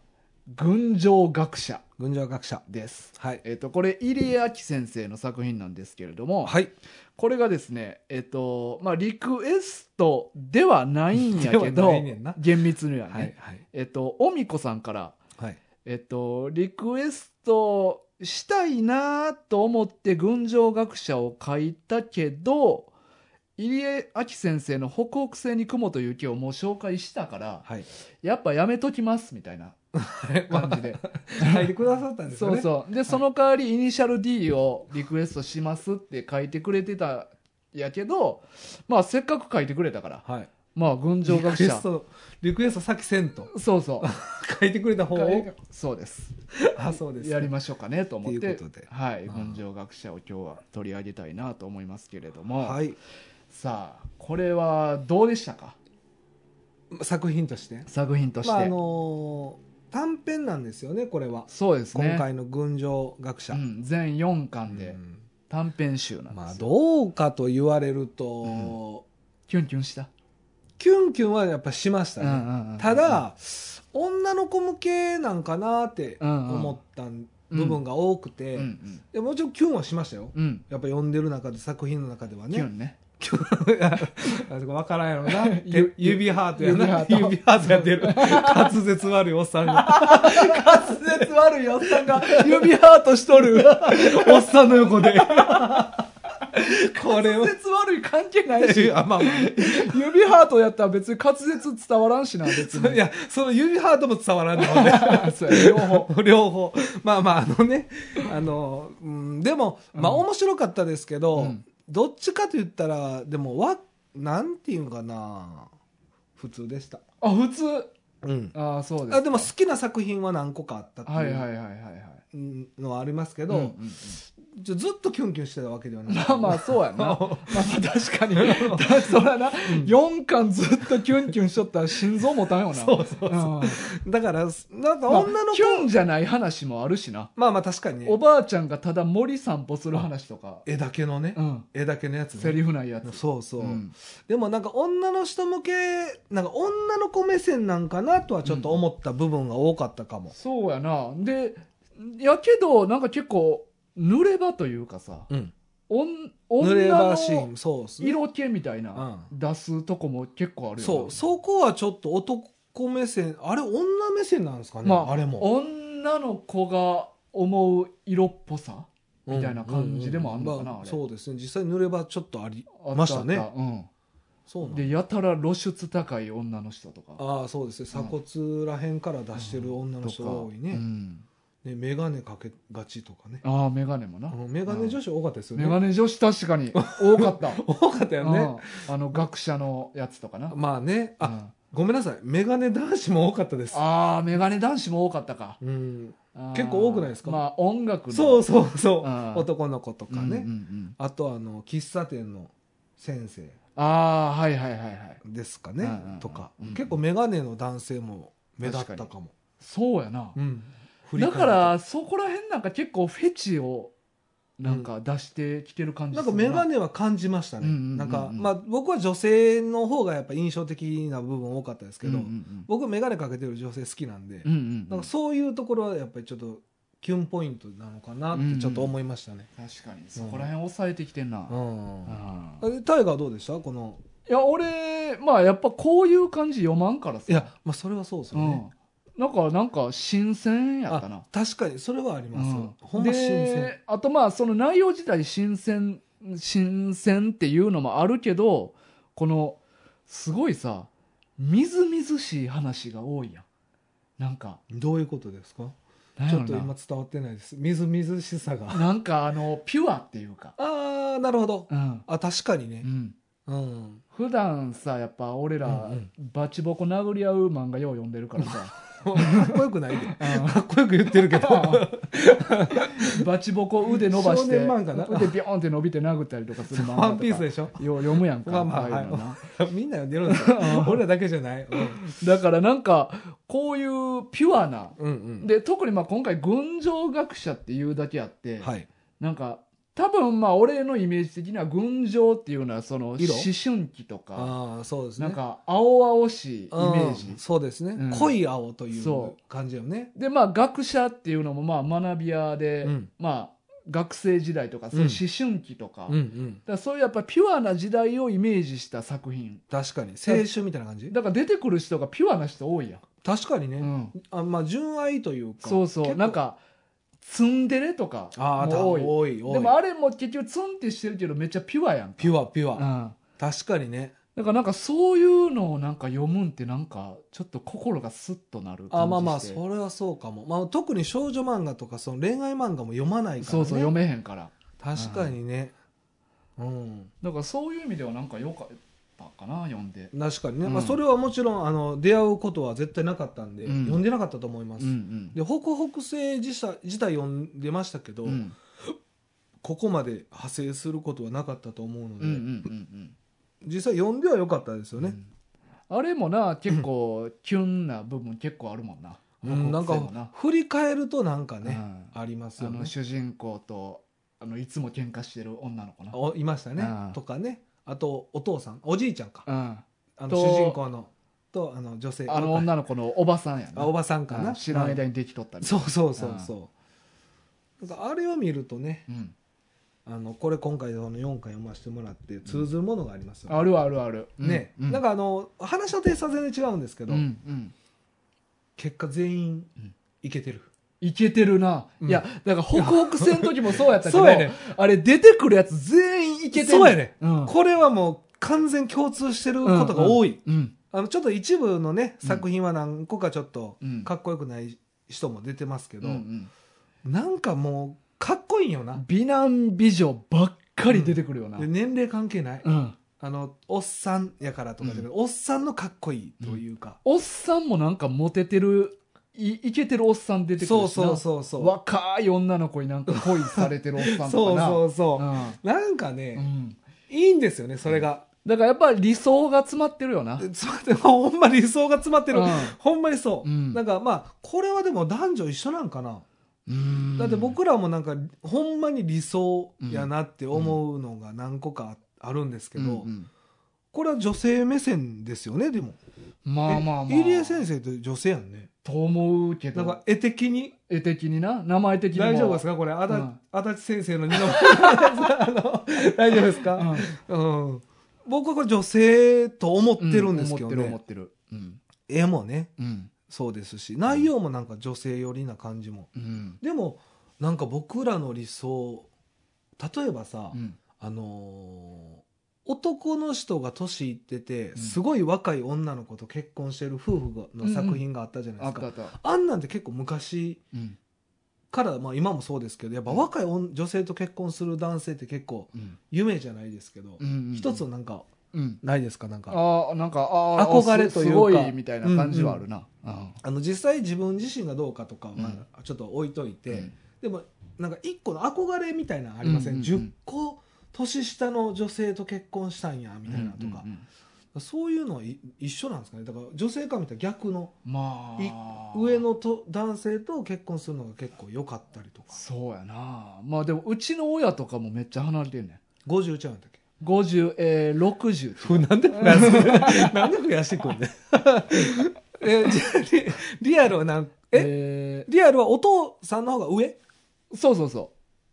Speaker 1: 群青学者
Speaker 2: 群青学者。
Speaker 1: です
Speaker 2: はい。
Speaker 1: えっとこれ入江明先生の作品なんですけれども、
Speaker 2: はい。
Speaker 1: これがですねえっとまあリクエストではないんやけ
Speaker 2: では
Speaker 1: ど
Speaker 2: ないねんな
Speaker 1: 厳密にはね、
Speaker 2: はい。はい。
Speaker 1: えっとおみこさんから
Speaker 2: はい。
Speaker 1: えっと、リクエストしたいなと思って群青学者を書いたけど入江明先生の「北北西に雲と雪」をもう紹介したから
Speaker 2: はい。
Speaker 1: やっぱやめときますみたいな感 じで
Speaker 2: 書いてくださったんですよ
Speaker 1: そう
Speaker 2: ね。う
Speaker 1: そうでその代わりイニシャル D をリクエストしますって書いてくれてたやけどまあせっかく書いてくれたから
Speaker 2: そう。はい。
Speaker 1: まあ群青学
Speaker 2: リクエ
Speaker 1: 者
Speaker 2: スト、リクエスト先せんと。
Speaker 1: そうそ
Speaker 2: 書いてくれた方
Speaker 1: う
Speaker 2: を。
Speaker 1: そうです
Speaker 2: あ、そうですか。
Speaker 1: やりましょうかねと思って
Speaker 2: ということで
Speaker 1: はい、
Speaker 2: あ
Speaker 1: 群
Speaker 2: ー
Speaker 1: 青学者を今日は取り上げたいなと思いますけれども、
Speaker 2: はい。
Speaker 1: さあこれはどうでしたか
Speaker 2: 作品として。
Speaker 1: 作品として、
Speaker 2: まああのー短編なんですよねこれは、
Speaker 1: そうですね
Speaker 2: 今回の「群青学者」
Speaker 1: うん、全4巻
Speaker 2: う
Speaker 1: で
Speaker 2: ん
Speaker 1: 短編集なんです、
Speaker 2: まあどうかと言われると、
Speaker 1: キュンキュンした、
Speaker 2: キュンキュンはやっぱしましたね、
Speaker 1: うんうんうんうん
Speaker 2: ただ女の子向けなんかなって思った部分が多くて、
Speaker 1: うんうん
Speaker 2: でもちろんキュンはしましたよ
Speaker 1: うん
Speaker 2: やっぱ読んでる中で作品の中では
Speaker 1: キュ
Speaker 2: ね
Speaker 1: ンね
Speaker 2: キュンあそこ分からんやろな
Speaker 1: ゆ
Speaker 2: 手指ハートやな
Speaker 1: 指ハート
Speaker 2: 指ハートやってる滑舌悪いおっさんが
Speaker 1: 滑舌悪いおっさんが指ハートしとる
Speaker 2: おっさんの 横で。これは
Speaker 1: 滑。舌悪い関係ない
Speaker 2: い
Speaker 1: し
Speaker 2: や、まあまあ
Speaker 1: 指ハートやったら別に滑舌伝わらんしな別
Speaker 2: そい
Speaker 1: に
Speaker 2: や、その指ハートも伝わらんのね。
Speaker 1: そうや両方
Speaker 2: 両方。まあまあ、あのね、あの、うん、でも、まあ
Speaker 1: うん
Speaker 2: 面白かったですけど、
Speaker 1: うん
Speaker 2: どっちかと言ったら、でも、わ、なんていうんかな、普通でした。
Speaker 1: あ普通
Speaker 2: うん。
Speaker 1: ああそうですか
Speaker 2: あでも好きな作品は何個かあったって
Speaker 1: はいはいはいいはいはい。
Speaker 2: うのはありますけ
Speaker 1: け
Speaker 2: ど、ちょずっとキュンキュンしてたわけではない。
Speaker 1: まあまあそうや な。まあ確かに。だそらな、4巻ずっとキュンキュンしとったら心臓もたんよな。
Speaker 2: そうそうそ
Speaker 1: う
Speaker 2: う
Speaker 1: ん
Speaker 2: だから、なんか
Speaker 1: まあ
Speaker 2: 女の子、
Speaker 1: キュンじゃない話もあるしな。
Speaker 2: まあまあ確かに
Speaker 1: お
Speaker 2: ね、
Speaker 1: ばあちゃんがただ森散歩する話とか、
Speaker 2: 絵だけのね、
Speaker 1: うん、
Speaker 2: 絵だけのやつね
Speaker 1: セリフないやつ。
Speaker 2: そうそう、
Speaker 1: うん
Speaker 2: でもなんか女の人向けなんか女の子目線なんかなとはちょっと思った部分が多かったかも、
Speaker 1: そうやな。で、やけど、なんか結構、濡れ場というかさ、
Speaker 2: うん、
Speaker 1: おん
Speaker 2: 濡れ
Speaker 1: 女
Speaker 2: 場シー
Speaker 1: の
Speaker 2: ンそうっすね
Speaker 1: 色気みたいな、出すとこも結構あるよな。
Speaker 2: そうそこはちょっと男目線あれ女目線なんですかね、
Speaker 1: ま
Speaker 2: あ、れも
Speaker 1: 女の子が思う色っぽさみたいな感じでもあんのかな
Speaker 2: ま
Speaker 1: あれ
Speaker 2: そうですね実際濡れ場ちょっとあり
Speaker 1: あった
Speaker 2: ましたね
Speaker 1: あったうん
Speaker 2: そうなんだ
Speaker 1: でやたら露出高い女の人とか
Speaker 2: ああそうですね鎖骨らへんから出してる女の人が多いね,、
Speaker 1: うん
Speaker 2: ね眼鏡かけがちとかね
Speaker 1: ああ眼鏡もな
Speaker 2: あの眼鏡女子多かったですよ
Speaker 1: 眼
Speaker 2: ね、
Speaker 1: 鏡女子確かに多かった、
Speaker 2: 多かったよ ね、
Speaker 1: うんあの学者のやつとかな
Speaker 2: まあねあ、
Speaker 1: うん
Speaker 2: ごめんなさいメガネ男子も多かったです
Speaker 1: ああ眼鏡男子も多かったか
Speaker 2: うん、
Speaker 1: あー
Speaker 2: 結構多くないですか
Speaker 1: まあ音楽の
Speaker 2: そううそうそう、
Speaker 1: うん
Speaker 2: 男の子とかね、
Speaker 1: んうんうん
Speaker 2: あとあの喫茶店の先生
Speaker 1: ああはいはいはいはい
Speaker 2: ですかね、
Speaker 1: うんうんうん
Speaker 2: とか、
Speaker 1: うん
Speaker 2: 結構メガネの男性も目立ったかも
Speaker 1: そうやな
Speaker 2: うん振り
Speaker 1: だ
Speaker 2: 返る
Speaker 1: か
Speaker 2: と
Speaker 1: らそこら辺なんか結構フェチをなんか出してきてる感じ
Speaker 2: なんかメガ
Speaker 1: ネ
Speaker 2: ネは感じましたね、
Speaker 1: うんうんうんうん
Speaker 2: なんか、まあ、僕は女性の方がやっぱ印象的な部分多かったですけど、
Speaker 1: うんうん
Speaker 2: 僕メガネかけてる女性好きなんで、
Speaker 1: うんうんう
Speaker 2: なん
Speaker 1: ん
Speaker 2: かそういうところはやっぱりちょっとキュンポイントなのかなってちょっと思いましたね、
Speaker 1: 確かにそこら辺抑えてきてんな、
Speaker 2: うん
Speaker 1: うん
Speaker 2: あれタイガーどうでしたこの
Speaker 1: いや俺でまあやっぱこういう感じ読まんからさ
Speaker 2: いや、まあ、それはそうです
Speaker 1: う
Speaker 2: よね
Speaker 1: ん、なんかなんか新鮮やったな
Speaker 2: あ確かにそれはあります、
Speaker 1: うん
Speaker 2: ほんま新鮮
Speaker 1: であとまあその内容自体新鮮新鮮っていうのもあるけどこのすごいさみずみずしい話が多いやんなんか
Speaker 2: どういうことですか
Speaker 1: なん
Speaker 2: ち
Speaker 1: や
Speaker 2: ょ
Speaker 1: ろ
Speaker 2: っと
Speaker 1: な
Speaker 2: 今伝わってないですみずみずしさが
Speaker 1: なんかあのピュアっていうか
Speaker 2: あーなるほど
Speaker 1: うん、
Speaker 2: あ確かに
Speaker 1: う
Speaker 2: ね
Speaker 1: ん、
Speaker 2: うん
Speaker 1: 普段さやっぱ俺ら
Speaker 2: うんうん
Speaker 1: バチボコ殴り合う漫画よう読んでるからさ、
Speaker 2: かっこよくないで
Speaker 1: うん
Speaker 2: かっこよく言ってるけど
Speaker 1: バチボコ腕伸ばして
Speaker 2: 少年漫画な
Speaker 1: 腕ビョーンって伸びて殴ったりとかする漫画とか
Speaker 2: ワンピースでしょ
Speaker 1: よう読むやんか、
Speaker 2: まあまあ
Speaker 1: ああいうのな
Speaker 2: みんな読んでるんですよ俺らだけじゃない、うん
Speaker 1: だからなんかこういうピュアな
Speaker 2: うんうん
Speaker 1: で特にまあ今回群青学者っていうだけあって、
Speaker 2: はい
Speaker 1: なんか多分まあ俺のイメージ的には群青っていうのはその思
Speaker 2: 色
Speaker 1: 春期とか、
Speaker 2: ああそうですね
Speaker 1: なんか青々しいイメージ
Speaker 2: うんそうですね、
Speaker 1: うん
Speaker 2: 濃い青とい
Speaker 1: そう
Speaker 2: 感じよね
Speaker 1: でまあ学者っていうのもまあ学び屋で、
Speaker 2: うん
Speaker 1: まあ学生時代とかそういう思春期とか,、
Speaker 2: うんうん
Speaker 1: だからそういうやっぱピュアな時代をイメージした作品
Speaker 2: 確かに青春みたいな感じ
Speaker 1: だから出てくる人がピュアな人多いやん、
Speaker 2: 確かにね、
Speaker 1: うん、
Speaker 2: あまあ純愛というか
Speaker 1: そうそう
Speaker 2: 結構
Speaker 1: なんかツンデレとか
Speaker 2: ああ
Speaker 1: も
Speaker 2: 多
Speaker 1: 多
Speaker 2: い
Speaker 1: い
Speaker 2: 多い
Speaker 1: でもあれも結局ツンってしてるけどめっちゃピュアやんか
Speaker 2: ピュアピュ
Speaker 1: う
Speaker 2: ア、
Speaker 1: ん、だ
Speaker 2: 確かにね
Speaker 1: からなんかそういうのをなんか読むんってなんかちょっと心がスッとなる感じして
Speaker 2: あまあまあそれはそうかも、まあ、特に少女漫画とかその恋愛漫画も読まないから、ね、
Speaker 1: そうそう読めへんから
Speaker 2: 確かにねうん
Speaker 1: だからそういう意味ではなんか良かったかな読んで
Speaker 2: 確かにね、
Speaker 1: うん
Speaker 2: まあ、それはもちろんあの出会うことは絶対なかったんで、
Speaker 1: うん
Speaker 2: 読んでなかったと思いま
Speaker 1: う
Speaker 2: す、
Speaker 1: ん
Speaker 2: で北北西自体自体読んでましたけど、
Speaker 1: うんうん
Speaker 2: ここまで派生することはなかったと思うので、
Speaker 1: うんうんうん
Speaker 2: 実際読んでは良かったです
Speaker 1: う
Speaker 2: よ
Speaker 1: ん
Speaker 2: ね、
Speaker 1: あれもな結構キュンな部分結構あるもんな
Speaker 2: うんなん
Speaker 1: 北北西もな
Speaker 2: か振り返るとなんか
Speaker 1: う
Speaker 2: ね、
Speaker 1: ん
Speaker 2: あります
Speaker 1: あ
Speaker 2: よ
Speaker 1: の
Speaker 2: ね
Speaker 1: 主人公とあのいつも喧嘩してる女の子な
Speaker 2: おいましたね
Speaker 1: うん
Speaker 2: とかねあとお父さんおじいちゃんか
Speaker 1: うん
Speaker 2: あの
Speaker 1: と
Speaker 2: 主人公のとあの女性
Speaker 1: あの女の子のおばさんやな
Speaker 2: あおばさんか
Speaker 1: う
Speaker 2: なん
Speaker 1: 知らん間にできとった
Speaker 2: う
Speaker 1: り
Speaker 2: んそうそうそうそうなんかあれを見るとね
Speaker 1: うん
Speaker 2: あのこれ今回あの4回読ませてもらって通ずるものがありますよね,、
Speaker 1: あるあるある
Speaker 2: ね
Speaker 1: うん
Speaker 2: なんかあの話のテイストは全然違うんですけ
Speaker 1: うん
Speaker 2: ど、
Speaker 1: うん
Speaker 2: 結果全員
Speaker 1: うん
Speaker 2: いけてる、
Speaker 1: いけてるな、
Speaker 2: うん
Speaker 1: いやだから北北線の時も そうやったけど
Speaker 2: そうやね
Speaker 1: あれ出てくるやつ全員いけてる
Speaker 2: そうやね
Speaker 1: うん
Speaker 2: これはもう完全共通してることが多い、
Speaker 1: うん
Speaker 2: あのちょっと一部のね
Speaker 1: うん
Speaker 2: 作品は何個かちょっと
Speaker 1: うん
Speaker 2: かっこよくない人も出てますけ
Speaker 1: け
Speaker 2: ど、なんかもうかっこいいんよな、
Speaker 1: 美男美女ばっかり出てくるよな、う
Speaker 2: で
Speaker 1: ん
Speaker 2: 年齢関係ない、あのおっさんやからとかじゃなくて、おっさんのかっこいいというか、
Speaker 1: おっさんもなんかモテてるいいけてるおっさん出てく
Speaker 2: そ
Speaker 1: る
Speaker 2: う
Speaker 1: しな
Speaker 2: そうそうそう
Speaker 1: 若い女の子になんか恋されてるおっさん
Speaker 2: そ
Speaker 1: と
Speaker 2: う
Speaker 1: かな
Speaker 2: そうそう、
Speaker 1: うん
Speaker 2: なんか
Speaker 1: う
Speaker 2: ね、
Speaker 1: ん
Speaker 2: いいんですよねそれが、
Speaker 1: だからやっぱり理想が詰まってるよな。
Speaker 2: つまってほんま理想が詰まってる、
Speaker 1: うん
Speaker 2: ほんまにそう、
Speaker 1: うん
Speaker 2: なんかまあこれはでも男女一緒なんかな、だ
Speaker 1: だ
Speaker 2: っ
Speaker 1: ってて僕、
Speaker 2: 僕らもなんかほんまに理想やなって思うのが何個かあるんですけど、これは女性目線ですよねでも
Speaker 1: まあまあまあ。
Speaker 2: え入江先生って女性やんね
Speaker 1: と思うけ
Speaker 2: なんか
Speaker 1: ど、
Speaker 2: 絵的に
Speaker 1: 絵的にな、名前的にも。
Speaker 2: 大丈夫ですかこれ足立
Speaker 1: うん
Speaker 2: 足立先生の二のあの 大丈夫ですか、
Speaker 1: う
Speaker 2: うん僕はこれ女性と思っ
Speaker 1: ん
Speaker 2: てるんですけど
Speaker 1: うん
Speaker 2: ね、
Speaker 1: 思ってる、思ってる。
Speaker 2: 絵もね
Speaker 1: うん。うん。
Speaker 2: そうですし内容もなんか女性寄りな感じも
Speaker 1: うん。
Speaker 2: でもなんか僕らの理想例えばさ、
Speaker 1: うん
Speaker 2: あのー男の人が年いってて、
Speaker 1: ん
Speaker 2: すごい若い女の子と結婚してる夫婦の作品があったじゃないで
Speaker 1: あっ
Speaker 2: す
Speaker 1: た
Speaker 2: か、
Speaker 1: あった。
Speaker 2: あんなんって結構昔
Speaker 1: うん。
Speaker 2: から、まあ、今もそうですけどやっぱ若い女女性と結婚する男性って結構
Speaker 1: うん
Speaker 2: 夢じゃないですけど、
Speaker 1: うん
Speaker 2: 一つのなんか
Speaker 1: うん。
Speaker 2: ないですかなんか
Speaker 1: あ
Speaker 2: あ
Speaker 1: あ、なんか、ああ、
Speaker 2: 憧れというか
Speaker 1: すごいみたいな感じはあるな。うん
Speaker 2: の実際自分自身がどうかとかは
Speaker 1: うん
Speaker 2: ちょっと置いといて、
Speaker 1: うん
Speaker 2: でもなんか一個の憧れみたいなのありません、
Speaker 1: うんうんうん
Speaker 2: 10個年下の女性と結婚したんやみたいなとか、
Speaker 1: うんうん
Speaker 2: そういうのはい一緒なんですかねだから女性から見たら逆の
Speaker 1: まあ。
Speaker 2: 上のと男性と結婚するのが結構良かったりとか
Speaker 1: そうやな。まあでも、うちの親とかもめっちゃ離れてるねん。
Speaker 2: 50ちゃうんだっけ
Speaker 1: 50、えー、60。
Speaker 2: なんで増やす なんで増やしてく んねえじゃあリリアルはなんえ
Speaker 1: え
Speaker 2: リアルはお父さんの方が上
Speaker 1: ーそうそうそ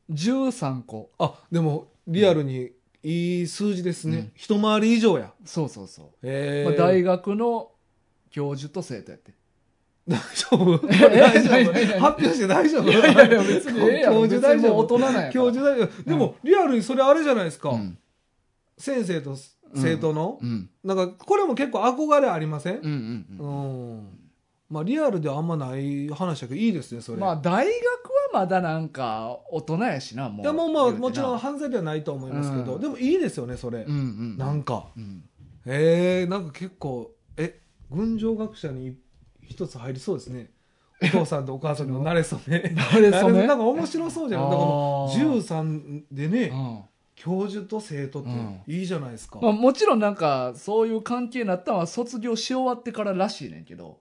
Speaker 1: う。13個。
Speaker 2: あでもリアルにいい数字ですね、
Speaker 1: うん
Speaker 2: 一回り以上や
Speaker 1: そうそうそ
Speaker 2: え
Speaker 1: う、
Speaker 2: ー
Speaker 1: まあ、大学の教授と生徒やって
Speaker 2: 大丈 夫
Speaker 1: ええ
Speaker 2: 大丈夫
Speaker 1: 何何
Speaker 2: 発表して大丈夫
Speaker 1: いやいやいや別にええやん
Speaker 2: 教授大
Speaker 1: 別に
Speaker 2: 丈
Speaker 1: もう大
Speaker 2: 夫
Speaker 1: 人なんやから
Speaker 2: 教授大丈夫でも、リアルにそれあれじゃないですか、
Speaker 1: うん
Speaker 2: 先生と生徒の、
Speaker 1: うん
Speaker 2: なんかこれも結構憧れありません
Speaker 1: うんうん
Speaker 2: う
Speaker 1: うん
Speaker 2: ん、まあリアルではあんまない話だけどいいですねそれ、
Speaker 1: まあ大学はまだなんか大人やしなもう
Speaker 2: でもまあ
Speaker 1: 言うてな
Speaker 2: もちろん犯罪ではないとは思いますけど、
Speaker 1: うん
Speaker 2: でもいいですよねそ
Speaker 1: う
Speaker 2: れ、
Speaker 1: んうん
Speaker 2: なんか
Speaker 1: うん
Speaker 2: えー、なんか結構え群青学者に一つ入りそうですねお父さんとお母さんの慣れそ め
Speaker 1: あれそ
Speaker 2: なん
Speaker 1: れ
Speaker 2: か面白そうじゃないなんかもう
Speaker 1: あー
Speaker 2: 13でね、
Speaker 1: うん
Speaker 2: 教授と生徒って
Speaker 1: うん
Speaker 2: いいじゃないですか、
Speaker 1: まあ、もちろんなんかそういう関係になったのは卒業し終わってかららしいねんけど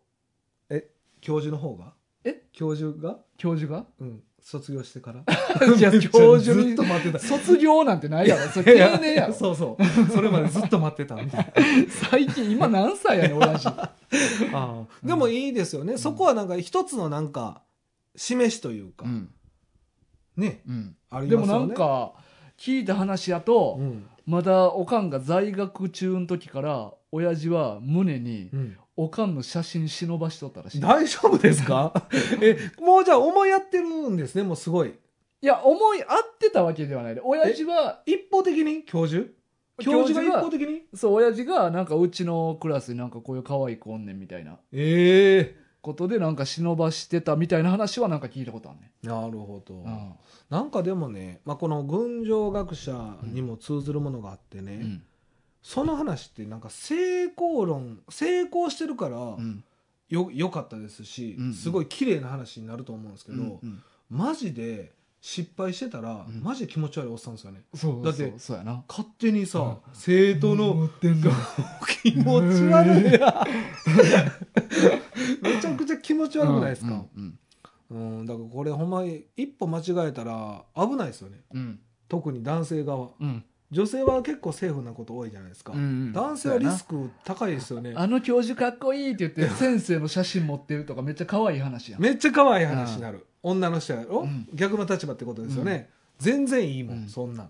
Speaker 2: 教授の方が
Speaker 1: え
Speaker 2: 教授が
Speaker 1: 教授が
Speaker 2: うん卒業してから
Speaker 1: いや
Speaker 2: めっちゃ
Speaker 1: 教授
Speaker 2: ずっ
Speaker 1: に
Speaker 2: と待ってた
Speaker 1: 卒業なんてないやろそれ定年やろ
Speaker 2: そうそうそれまでずっと待ってたみたいな
Speaker 1: 最近今何歳やねん俺らし
Speaker 2: あーでもいいですよね、そこはなんか一つのなんか示しというか、ねあります
Speaker 1: で
Speaker 2: よ
Speaker 1: も
Speaker 2: ね
Speaker 1: なんか聞いた話やと、
Speaker 2: うん
Speaker 1: まだおかんが在学中の時から親父は胸に
Speaker 2: うん
Speaker 1: おかんの写真忍ばしとったらしい
Speaker 2: 大丈夫ですか えもうじゃあ思いやってるんですねもうすごい
Speaker 1: いや思い合ってたわけではないで親父は
Speaker 2: 一方的に教授教授が一方的に
Speaker 1: そう親父がなんかうちのクラスになんかこういう可愛い子おんねんみたいな
Speaker 2: ええ
Speaker 1: ことでなんか忍ばしてたみたいな話はなんか聞いたことあるね、
Speaker 2: なるほど、
Speaker 1: うん
Speaker 2: なんかでもね、まあ、この群青学者にも通ずるものがあってね、
Speaker 1: うん
Speaker 2: その話ってなんか成功論成功してるから、
Speaker 1: うん
Speaker 2: よ良かったですし、
Speaker 1: うんうん
Speaker 2: すごい綺麗な話になると思うんですけど、
Speaker 1: うん
Speaker 2: マジで失敗してたら、
Speaker 1: うん
Speaker 2: マジで気持ち悪いおっさんですよね
Speaker 1: そう
Speaker 2: だって
Speaker 1: そうそうやな
Speaker 2: 勝手にさ、
Speaker 1: うん
Speaker 2: 生徒の気持ち悪いや めちゃくちゃ気持ち悪くないです
Speaker 1: う
Speaker 2: か、
Speaker 1: んうん
Speaker 2: うんだからこれほんまに一歩間違えたら危ないですよね
Speaker 1: うん
Speaker 2: 特に男性側
Speaker 1: うん
Speaker 2: 女性は結構セーフなこと多いじゃないですか、
Speaker 1: うんうん
Speaker 2: 男性はリスク高いですよね
Speaker 1: あの教授かっこいいって言って先生の写真持ってるとかめっちゃ可愛い話やん
Speaker 2: めっちゃ可愛い話になる、女の人やろ、
Speaker 1: うん
Speaker 2: 逆の立場ってことですよね、全然いいもん、
Speaker 1: うん
Speaker 2: そんなん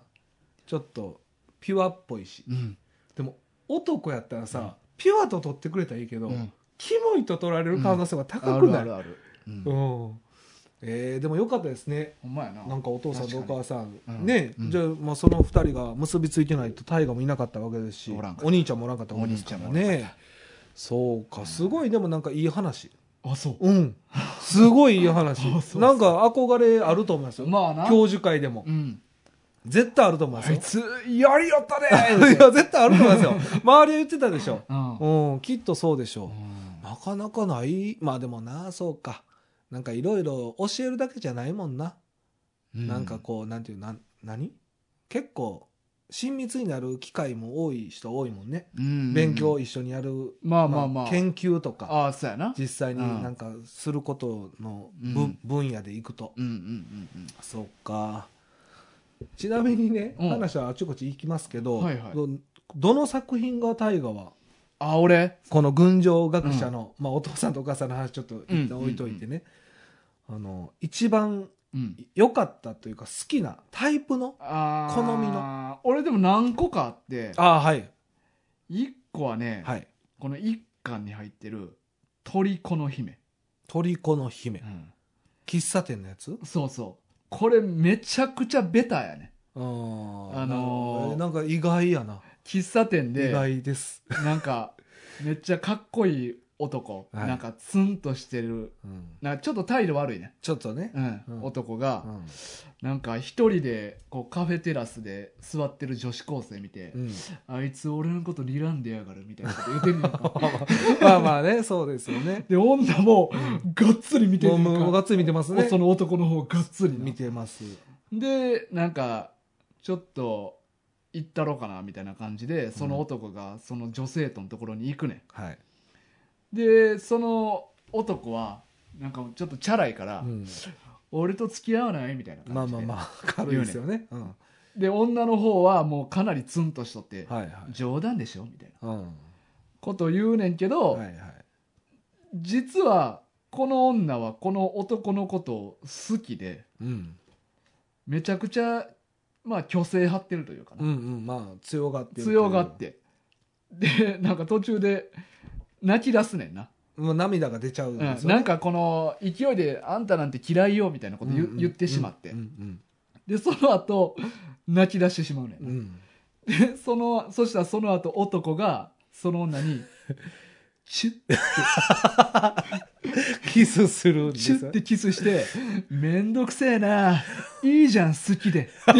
Speaker 2: ちょっとピュアっぽいし
Speaker 1: うん
Speaker 2: でも男やったらさ、
Speaker 1: うん
Speaker 2: ピュアと取ってくれたらいいけど、
Speaker 1: うん
Speaker 2: キモいと取られる可能性が高
Speaker 1: あ
Speaker 2: く
Speaker 1: る
Speaker 2: な
Speaker 1: あ
Speaker 2: い、
Speaker 1: るあるうん
Speaker 2: うんえーでもよかったですね
Speaker 1: ほんまやな
Speaker 2: なんかお父さんとお
Speaker 1: 確かに
Speaker 2: 母さん、
Speaker 1: かに
Speaker 2: ね、
Speaker 1: うん
Speaker 2: じゃあもうその二人が結びついてないと大我もいなかったわけですし
Speaker 1: おらんかった
Speaker 2: お兄ちゃんもおらんかったわけですから
Speaker 1: お兄ちゃんもおらん
Speaker 2: ねそうかすごいでもなんかいい話
Speaker 1: あそ
Speaker 2: うんすごいいい 話
Speaker 1: あそうそう
Speaker 2: なんか憧れあると思います
Speaker 1: う
Speaker 2: よ
Speaker 1: まあな
Speaker 2: 教授会でも
Speaker 1: うん
Speaker 2: 絶対あると思い
Speaker 1: あ
Speaker 2: ますよ
Speaker 1: いつやりよったね
Speaker 2: いや絶対あると思いますよ周りは言ってたでしょ
Speaker 1: うん
Speaker 2: うんきっとそうでしょう
Speaker 1: うん
Speaker 2: なかなかないまあでもなそうかなんかいろいろ教えるだけじゃないもんな、なんかこうなんていうなん何結構親密になる機会も多い人多いもんね、
Speaker 1: うん
Speaker 2: 勉強を一緒にやる、
Speaker 1: まあまあまあ
Speaker 2: 研究とか
Speaker 1: ああそうやな
Speaker 2: 実際に
Speaker 1: うん
Speaker 2: なんかすることのぶ、
Speaker 1: うん
Speaker 2: 分野でいくと
Speaker 1: うんうんうん
Speaker 2: そっかちなみにね、
Speaker 1: うん
Speaker 2: 話はあちこち行きますけど、
Speaker 1: はいはい
Speaker 2: どどの作品が大河は
Speaker 1: あ俺
Speaker 2: この群青学者の、まあ、お父さんとお母さんの話ちょっと一旦置いといてね、あの一番
Speaker 1: うん
Speaker 2: 良かったというか好きなタイプの
Speaker 1: あー
Speaker 2: 好みの
Speaker 1: 俺でも何個かあって
Speaker 2: ああはい
Speaker 1: 1個はね、
Speaker 2: はい
Speaker 1: この1巻に入ってる「虜の姫
Speaker 2: 「虜の」姫
Speaker 1: う」ん
Speaker 2: 喫茶店のやつ
Speaker 1: そうそうこれめちゃくちゃベタやね
Speaker 2: あー
Speaker 1: あのー
Speaker 2: えなんか意外やな
Speaker 1: 喫茶店
Speaker 2: 意
Speaker 1: で
Speaker 2: 外です、
Speaker 1: なんかめっちゃかっこいい男、
Speaker 2: はい
Speaker 1: なんかツンとしてる
Speaker 2: うん
Speaker 1: なんかちょっと態度悪いね、
Speaker 2: ちょっとね、
Speaker 1: うん
Speaker 2: うん
Speaker 1: 男が、なんか一人でこうカフェテラスで座ってる女子高生見て、
Speaker 2: うん
Speaker 1: あいつ俺のこと睨んでやがるみたいなこと言ってんねんか
Speaker 2: まあまあねそうですよね
Speaker 1: で女もがっつり見て
Speaker 2: もう
Speaker 1: る
Speaker 2: もうがっつり見てますね
Speaker 1: その男の方がっつりな
Speaker 2: 見てます
Speaker 1: でなんかちょっと行ったろかなみたいな感じでその男がその女生徒のところに行くね
Speaker 2: はい、
Speaker 1: んでその男はなんかちょっとチャラいから、
Speaker 2: うん
Speaker 1: 俺と付き合わないみたいな
Speaker 2: まあ
Speaker 1: 感じ
Speaker 2: ま
Speaker 1: で
Speaker 2: あまあ軽いですよねうん、
Speaker 1: で女の方はもうかなりツンとしとって、
Speaker 2: はいはい、
Speaker 1: 冗談でしょみたいな
Speaker 2: うん
Speaker 1: こと言うねんけど、
Speaker 2: はいはい
Speaker 1: 実はこの女はこの男のことを好きで
Speaker 2: うん
Speaker 1: めちゃくちゃまあ虚勢張ってるというか
Speaker 2: う
Speaker 1: な、
Speaker 2: んうんまあ強がってるという
Speaker 1: 強がってでなんか途中で泣き出すねんな、
Speaker 2: もう涙が出ちゃうん
Speaker 1: うん
Speaker 2: ですよね
Speaker 1: なんかこの勢いで「あんたなんて嫌いよ」みたいなこと言,、言ってしまって、
Speaker 2: うん
Speaker 1: でその後泣き出してしまうねん
Speaker 2: うん
Speaker 1: な、
Speaker 2: うん
Speaker 1: でそのそしたらその後男がその女に「シュッ
Speaker 2: キスするんです
Speaker 1: シ
Speaker 2: よ
Speaker 1: ュッてキスして「めんどくせえないいじゃん好きで」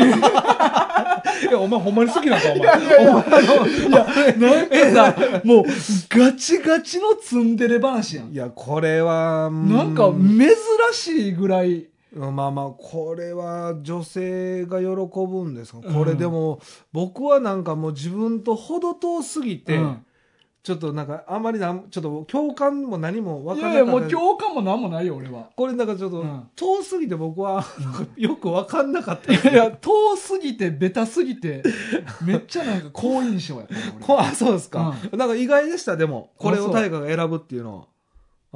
Speaker 2: いやお前ほんまに好きなんかお前
Speaker 1: いやなんかさもうガチガチのツンデレ話やん
Speaker 2: いやこれは
Speaker 1: なんか珍しいぐらい
Speaker 2: まあまあこれは女性が喜ぶんですか
Speaker 1: うん
Speaker 2: これでも、僕はなんかもう自分と程遠すぎて、
Speaker 1: うん
Speaker 2: ちょっとなんかあんまりなんちょっと共感も何も分
Speaker 1: い
Speaker 2: か
Speaker 1: や
Speaker 2: ら
Speaker 1: い
Speaker 2: な
Speaker 1: や
Speaker 2: い
Speaker 1: もう共感もなんもないよ俺は
Speaker 2: これなんかちょっと、
Speaker 1: うん
Speaker 2: 遠すぎて僕は よく分かんなかった
Speaker 1: いや遠すぎてベタすぎ てめっちゃなんか好印象やったな俺
Speaker 2: こあそうですか、なんか意外でしたでもこれを大河が選ぶっていうのは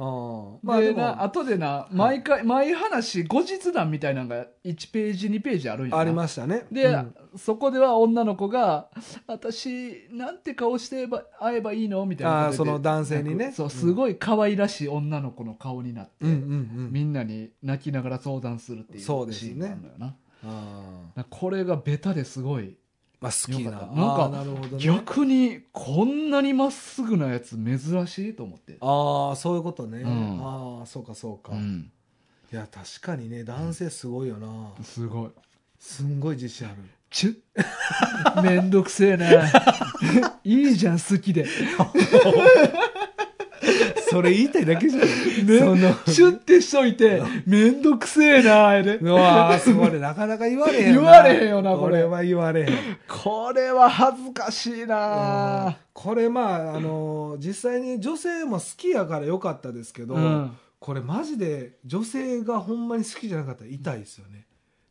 Speaker 2: ああまあ
Speaker 1: で
Speaker 2: でも
Speaker 1: な後でな毎回、毎話後日談みたいなのが1ページ2ページあるんやな
Speaker 2: ありましたね
Speaker 1: で、
Speaker 2: うん
Speaker 1: そこでは女の子が「私なんて顔してば会えばいいの?」みたいな
Speaker 2: あー
Speaker 1: こと言って
Speaker 2: その男性にね
Speaker 1: なんかそううんすごい可愛らしい女の子の顔になって、
Speaker 2: うんうんうん
Speaker 1: みんなに泣きながら相談するっていうシ
Speaker 2: そうです
Speaker 1: ー
Speaker 2: ね
Speaker 1: ンがあるのよな
Speaker 2: ああ
Speaker 1: なんかこれがベタですごい、
Speaker 2: まあ好きな
Speaker 1: よかった
Speaker 2: あ
Speaker 1: なんか
Speaker 2: あなるほどね
Speaker 1: 逆にこんなにまっすぐなやつ珍しいと思って、
Speaker 2: ああそういうことね、
Speaker 1: うん
Speaker 2: ああそうかそうか、
Speaker 1: う
Speaker 2: い
Speaker 1: ん、
Speaker 2: や確かにね男性すごいよな、
Speaker 1: すごい
Speaker 2: すんごい自信ある
Speaker 1: チュッ めんどくせえ ないいじゃん好きで、ね、
Speaker 2: それ言いたいだけじゃんその
Speaker 1: チュッてしといてめんどくせえなあれ
Speaker 2: うわあすごいなかなか言われへんよな
Speaker 1: 言われへんよなこれ
Speaker 2: は言われへん
Speaker 1: これは恥ずかしい
Speaker 2: うん
Speaker 1: な
Speaker 2: これまああのー実際に女性も好きやから良かったですけど、
Speaker 1: うん
Speaker 2: これマジで女性がほんまに好きじゃなかったら痛いですよね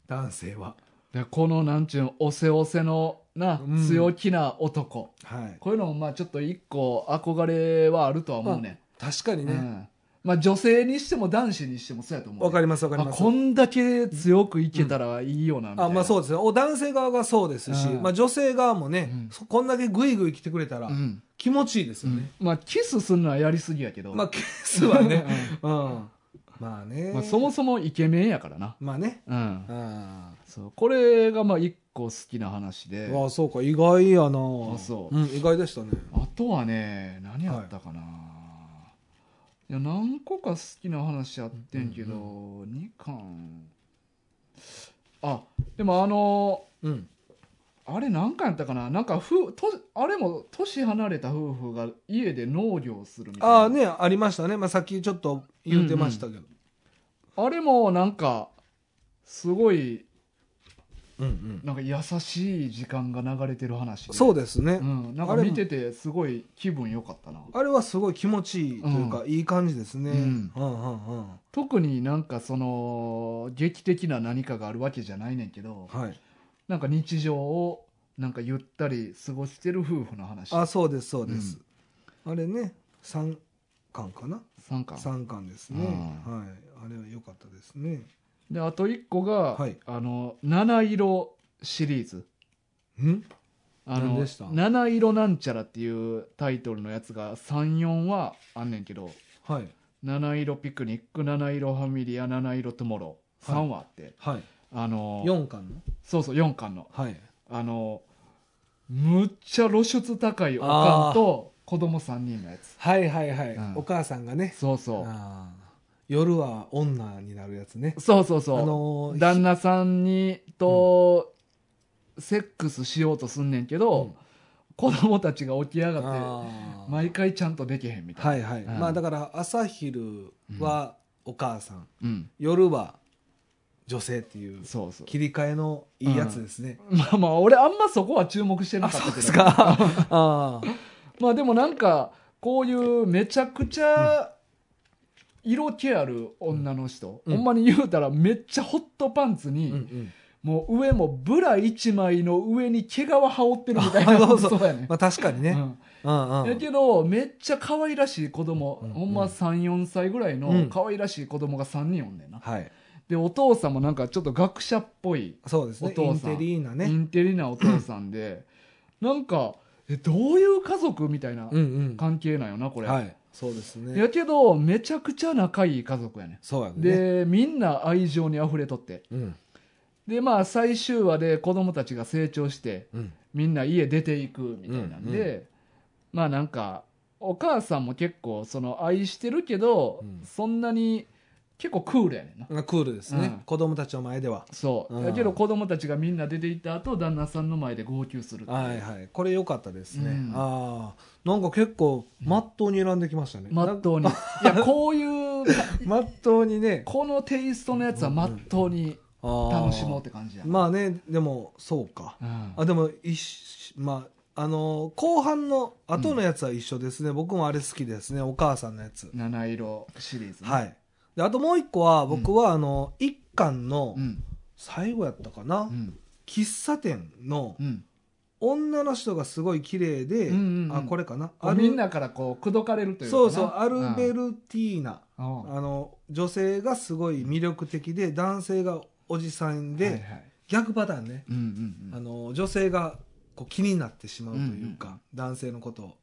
Speaker 2: 男性は
Speaker 1: でこのなんちゅうのおせおせのな
Speaker 2: うん
Speaker 1: 強気な男、
Speaker 2: はい
Speaker 1: こういうのもまあちょっと一個憧れはあるとは思うね,、
Speaker 2: 確かに
Speaker 1: う
Speaker 2: ね
Speaker 1: ん、まあ女性にしても男子にしてもそうやと思う、ね、
Speaker 2: わ、かりますわかり
Speaker 1: あ
Speaker 2: ます
Speaker 1: こんだけ強くいけたらいいよなみたいな、
Speaker 2: あまあそうですねお男性側がそうですし、
Speaker 1: うん
Speaker 2: まあ、女性側もね、
Speaker 1: うん
Speaker 2: そこんだけグイグイ来てくれたら
Speaker 1: うん
Speaker 2: 気持ちいいですよね、
Speaker 1: まあキスするのはやりすぎやけど、
Speaker 2: まあケースはね、うん、まあね、
Speaker 1: まあ、そもそもイケメンやからな、
Speaker 2: まあね
Speaker 1: うん、
Speaker 2: あ
Speaker 1: そうこれがまあ一個好きな話で
Speaker 2: あそうか意外やな、
Speaker 1: あそうん
Speaker 2: 意外でしたね
Speaker 1: あとはね何やったかな、い、や何個か好きな話あってんけど、
Speaker 2: う
Speaker 1: 2巻あでもあの
Speaker 2: うん
Speaker 1: あれ何巻やったかななんか夫とあれも年離れた夫婦が家で農業するみたいな
Speaker 2: ああねありましたね、まあ、さっきちょっと言うてましたけど、
Speaker 1: あれもなんかすごい
Speaker 2: うんうん
Speaker 1: なんか優しい時間が流れてる話で
Speaker 2: そうですね、
Speaker 1: うん、なんか
Speaker 2: あれも
Speaker 1: 見ててすごい気分良かったな
Speaker 2: あれはすごい気持ちいいというか、いい感じですね、
Speaker 1: うん
Speaker 2: うんうんうん
Speaker 1: 特になんかその劇的な何かがあるわけじゃないねんけど
Speaker 2: はい
Speaker 1: なんか日常をなんかゆったり過ごしてる夫婦の話
Speaker 2: あそうですそうです、あれね3巻かな
Speaker 1: 3巻
Speaker 2: 三巻ですね、
Speaker 1: う
Speaker 2: はいあれは良かったですね
Speaker 1: であと1個が、
Speaker 2: はい
Speaker 1: あの七色シリーズ
Speaker 2: うん
Speaker 1: あ
Speaker 2: 何
Speaker 1: の
Speaker 2: でした
Speaker 1: 七色なんちゃらっていうタイトルのやつが34はあんねんけど
Speaker 2: はい
Speaker 1: 七色ピクニック七色ファミリア七色トゥモロー3話あって、
Speaker 2: はい
Speaker 1: あの
Speaker 2: 四巻の
Speaker 1: そうそう4巻の
Speaker 2: はい
Speaker 1: あのむっちゃ露出高いおかんと子供3人のやつ
Speaker 2: はいはいはい、
Speaker 1: うん
Speaker 2: お母さんがね
Speaker 1: そうそう
Speaker 2: あー夜は女になるやつね
Speaker 1: そうそう
Speaker 2: あ
Speaker 1: そう、
Speaker 2: のー
Speaker 1: 旦那さんにと、セックスしようとすんねんけど、
Speaker 2: うん
Speaker 1: 子供たちが起き上がっ
Speaker 2: あ
Speaker 1: て
Speaker 2: ー
Speaker 1: 毎回ちゃんとできへんみたいな、
Speaker 2: はいはい、
Speaker 1: うん
Speaker 2: まあだから朝昼はお母さん、
Speaker 1: うん、
Speaker 2: 夜は女性っていう
Speaker 1: そうそう
Speaker 2: 切り替えのいいやつですね、
Speaker 1: まあまあ俺あんまそこは注目してなかったけど
Speaker 2: か あー
Speaker 1: まあでもなんかこういうめちゃくちゃ色気ある女の人、
Speaker 2: うん
Speaker 1: ほんまに言うたらめっちゃホットパンツ
Speaker 2: う
Speaker 1: に、
Speaker 2: んうん
Speaker 1: もう上もブラ一枚の上に毛皮羽織ってるみたいな
Speaker 2: あそうそう
Speaker 1: やね
Speaker 2: まあ確かに
Speaker 1: う
Speaker 2: ね、
Speaker 1: ん
Speaker 2: うんうん
Speaker 1: やけどめっちゃ可愛らしい子供、
Speaker 2: うん
Speaker 1: ほんま34歳ぐらい
Speaker 2: うん
Speaker 1: の可愛らしい子供が3人おんねんな、
Speaker 2: はい
Speaker 1: でお父さんもなんかちょっと学者っぽい
Speaker 2: そうですね
Speaker 1: お父さん
Speaker 2: インテリーな
Speaker 1: イ
Speaker 2: ね
Speaker 1: ンテリなお父さんで、なんかえどういう家族みたいな
Speaker 2: うん
Speaker 1: 関係なんよなこ
Speaker 2: うん
Speaker 1: れ、
Speaker 2: はいそうですね
Speaker 1: やけどめちゃくちゃ仲いい家族やね
Speaker 2: そうやね
Speaker 1: でみんな愛情にあふれとって
Speaker 2: うん
Speaker 1: でまあ最終話で子供たちが成長して
Speaker 2: うん
Speaker 1: みんな家出ていくみたいなんで、
Speaker 2: うん
Speaker 1: まあなんかお母さんも結構その愛してるけど、
Speaker 2: うん
Speaker 1: そんなに結構クールやねんな
Speaker 2: まあクールですね、
Speaker 1: うん
Speaker 2: 子供たちの前では
Speaker 1: そう、
Speaker 2: うん
Speaker 1: だけど子供たちがみんな出て行った後旦那さんの前で号泣するっていう
Speaker 2: はいはいこれ良かったですね、
Speaker 1: うん
Speaker 2: ああなんか結構まっとうに選んできましたね
Speaker 1: ま
Speaker 2: な
Speaker 1: っとうにいやこういう
Speaker 2: まっとうにね
Speaker 1: このテイストのやつはまっとうに楽
Speaker 2: 楽
Speaker 1: しもうって感じや、
Speaker 2: まあねでもそうか
Speaker 1: うん
Speaker 2: あでも一緒まああのー後半の後のやつは一緒ですね、僕もあれ好きですねお母さんのやつ、
Speaker 1: 七色シリーズね、
Speaker 2: はいであともう一個は僕はあの一巻の
Speaker 1: うん
Speaker 2: 最後やったかな、
Speaker 1: うん
Speaker 2: 喫茶店の
Speaker 1: うん
Speaker 2: 女の人がすごい綺麗で、
Speaker 1: うんうんうん
Speaker 2: あこれかな
Speaker 1: こう
Speaker 2: アル
Speaker 1: みんなからこう口説かれるというか
Speaker 2: そ
Speaker 1: な
Speaker 2: うそうアルベルティーナ、
Speaker 1: うんうん
Speaker 2: あの女性がすごい魅力的で男性がおじさんで、
Speaker 1: はいはい
Speaker 2: 逆パターンね、
Speaker 1: うんうんう
Speaker 2: あ
Speaker 1: ん
Speaker 2: の女性がこう気になってしまうというか、
Speaker 1: うんうん
Speaker 2: 男性のことを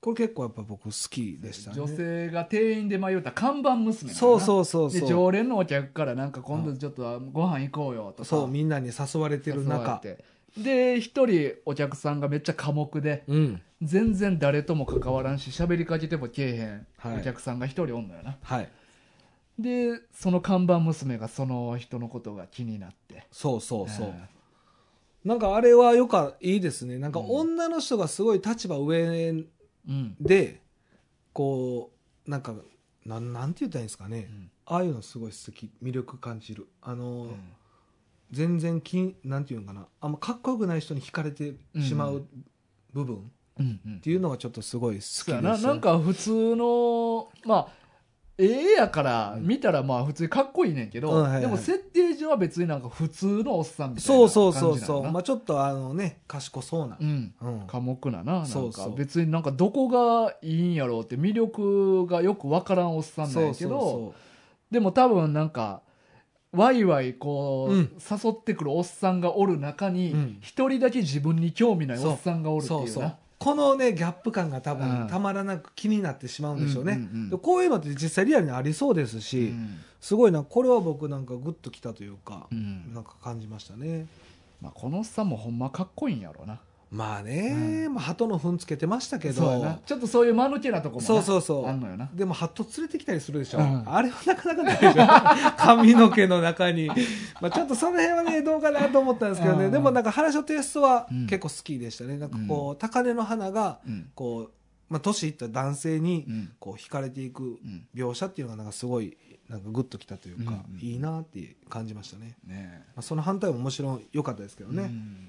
Speaker 2: これ結構やっぱ僕好きでしたね
Speaker 1: 女性が店員で迷った看板娘
Speaker 2: そう
Speaker 1: う
Speaker 2: そうそう
Speaker 1: で
Speaker 2: そ
Speaker 1: 常連のお客からなんか今度ちょっとご飯行こうよと
Speaker 2: う
Speaker 1: か
Speaker 2: そうみんなに誘われてる中
Speaker 1: 誘われてで一人お客さんがめっちゃ寡黙で
Speaker 2: うん
Speaker 1: 全然誰とも関わらんし喋りかけてもけえへん、
Speaker 2: はい
Speaker 1: お客さんが一人おんのよな
Speaker 2: はい
Speaker 1: でその看板娘がその人のことが気になって
Speaker 2: そうそうそう、
Speaker 1: え
Speaker 2: なんかあれはよかいいですねなんか
Speaker 1: うん
Speaker 2: 女の人がすごい立場上
Speaker 1: ーうん
Speaker 2: でこうなんかなんなんて言ったらいいんですかね、
Speaker 1: うん
Speaker 2: ああいうのすごい好き魅力感じるあの、
Speaker 1: うん
Speaker 2: 全然きんなんていうんかなあんまかっこよくない人に惹かれてしま
Speaker 1: う
Speaker 2: う部分、
Speaker 1: うんうん
Speaker 2: っていうのがちょっとすごい好きです
Speaker 1: そうやななんか普通のまあ絵やから見たらまあ普通にかっこいいねんけど、
Speaker 2: うんはいはい
Speaker 1: でも設定上は別になんか普通のおっさんみたいな感
Speaker 2: そう
Speaker 1: じな
Speaker 2: そ
Speaker 1: のかな
Speaker 2: うそうそうまあちょっとあのね賢そうな
Speaker 1: うん
Speaker 2: うん
Speaker 1: 寡黙なななん
Speaker 2: そうそ
Speaker 1: か
Speaker 2: う
Speaker 1: 別になんかどこがいいんやろうって魅力がよくわからんおっさんなん
Speaker 2: そう
Speaker 1: やけ
Speaker 2: そ
Speaker 1: ど
Speaker 2: うそ
Speaker 1: でも多分なんかワイワイこう、
Speaker 2: うん
Speaker 1: 誘ってくるおっさんがおる中
Speaker 2: う
Speaker 1: に
Speaker 2: ん
Speaker 1: 一、人だけ自分に興味ないおっさんがお
Speaker 2: う
Speaker 1: るっていう
Speaker 2: そ
Speaker 1: な
Speaker 2: うそうこのねギャップ感が多
Speaker 1: う
Speaker 2: 分
Speaker 1: ん
Speaker 2: たまらなく気になってしまうんでしょうね、
Speaker 1: んんん
Speaker 2: でこういうのって実際リアルにありそうですし、
Speaker 1: うん
Speaker 2: すごいなこれは僕なんかグッときたというか
Speaker 1: う、ん
Speaker 2: なんか感じましたね
Speaker 1: まあ、このおっさんもほんまかっこいいんやろうな
Speaker 2: まあね、まあ鳩の糞つけてましたけ
Speaker 1: そうや
Speaker 2: ど
Speaker 1: なちょっとそういう間抜けなとこもな
Speaker 2: そうそうそう
Speaker 1: あんのよな
Speaker 2: でもハット連れてきたりするでしょ、
Speaker 1: うん
Speaker 2: あれはなかなかないでしょ 髪の毛の中にまあちょっとその辺はねどうかなと思ったんですけどね、
Speaker 1: うん
Speaker 2: でもなんか原書テイストは
Speaker 1: うん
Speaker 2: 結構好きでしたね、なんかこう高嶺の花が
Speaker 1: うん
Speaker 2: こう、まあ、年いった男性に
Speaker 1: うん
Speaker 2: こう惹かれていく
Speaker 1: うん
Speaker 2: 描写っていうのがなんかすごいなんかグッときたというか、
Speaker 1: うんうん
Speaker 2: いいなって感じましたね、
Speaker 1: ね
Speaker 2: まあ、その反対ももちろん良かったですけど
Speaker 1: えう
Speaker 2: ね、
Speaker 1: ん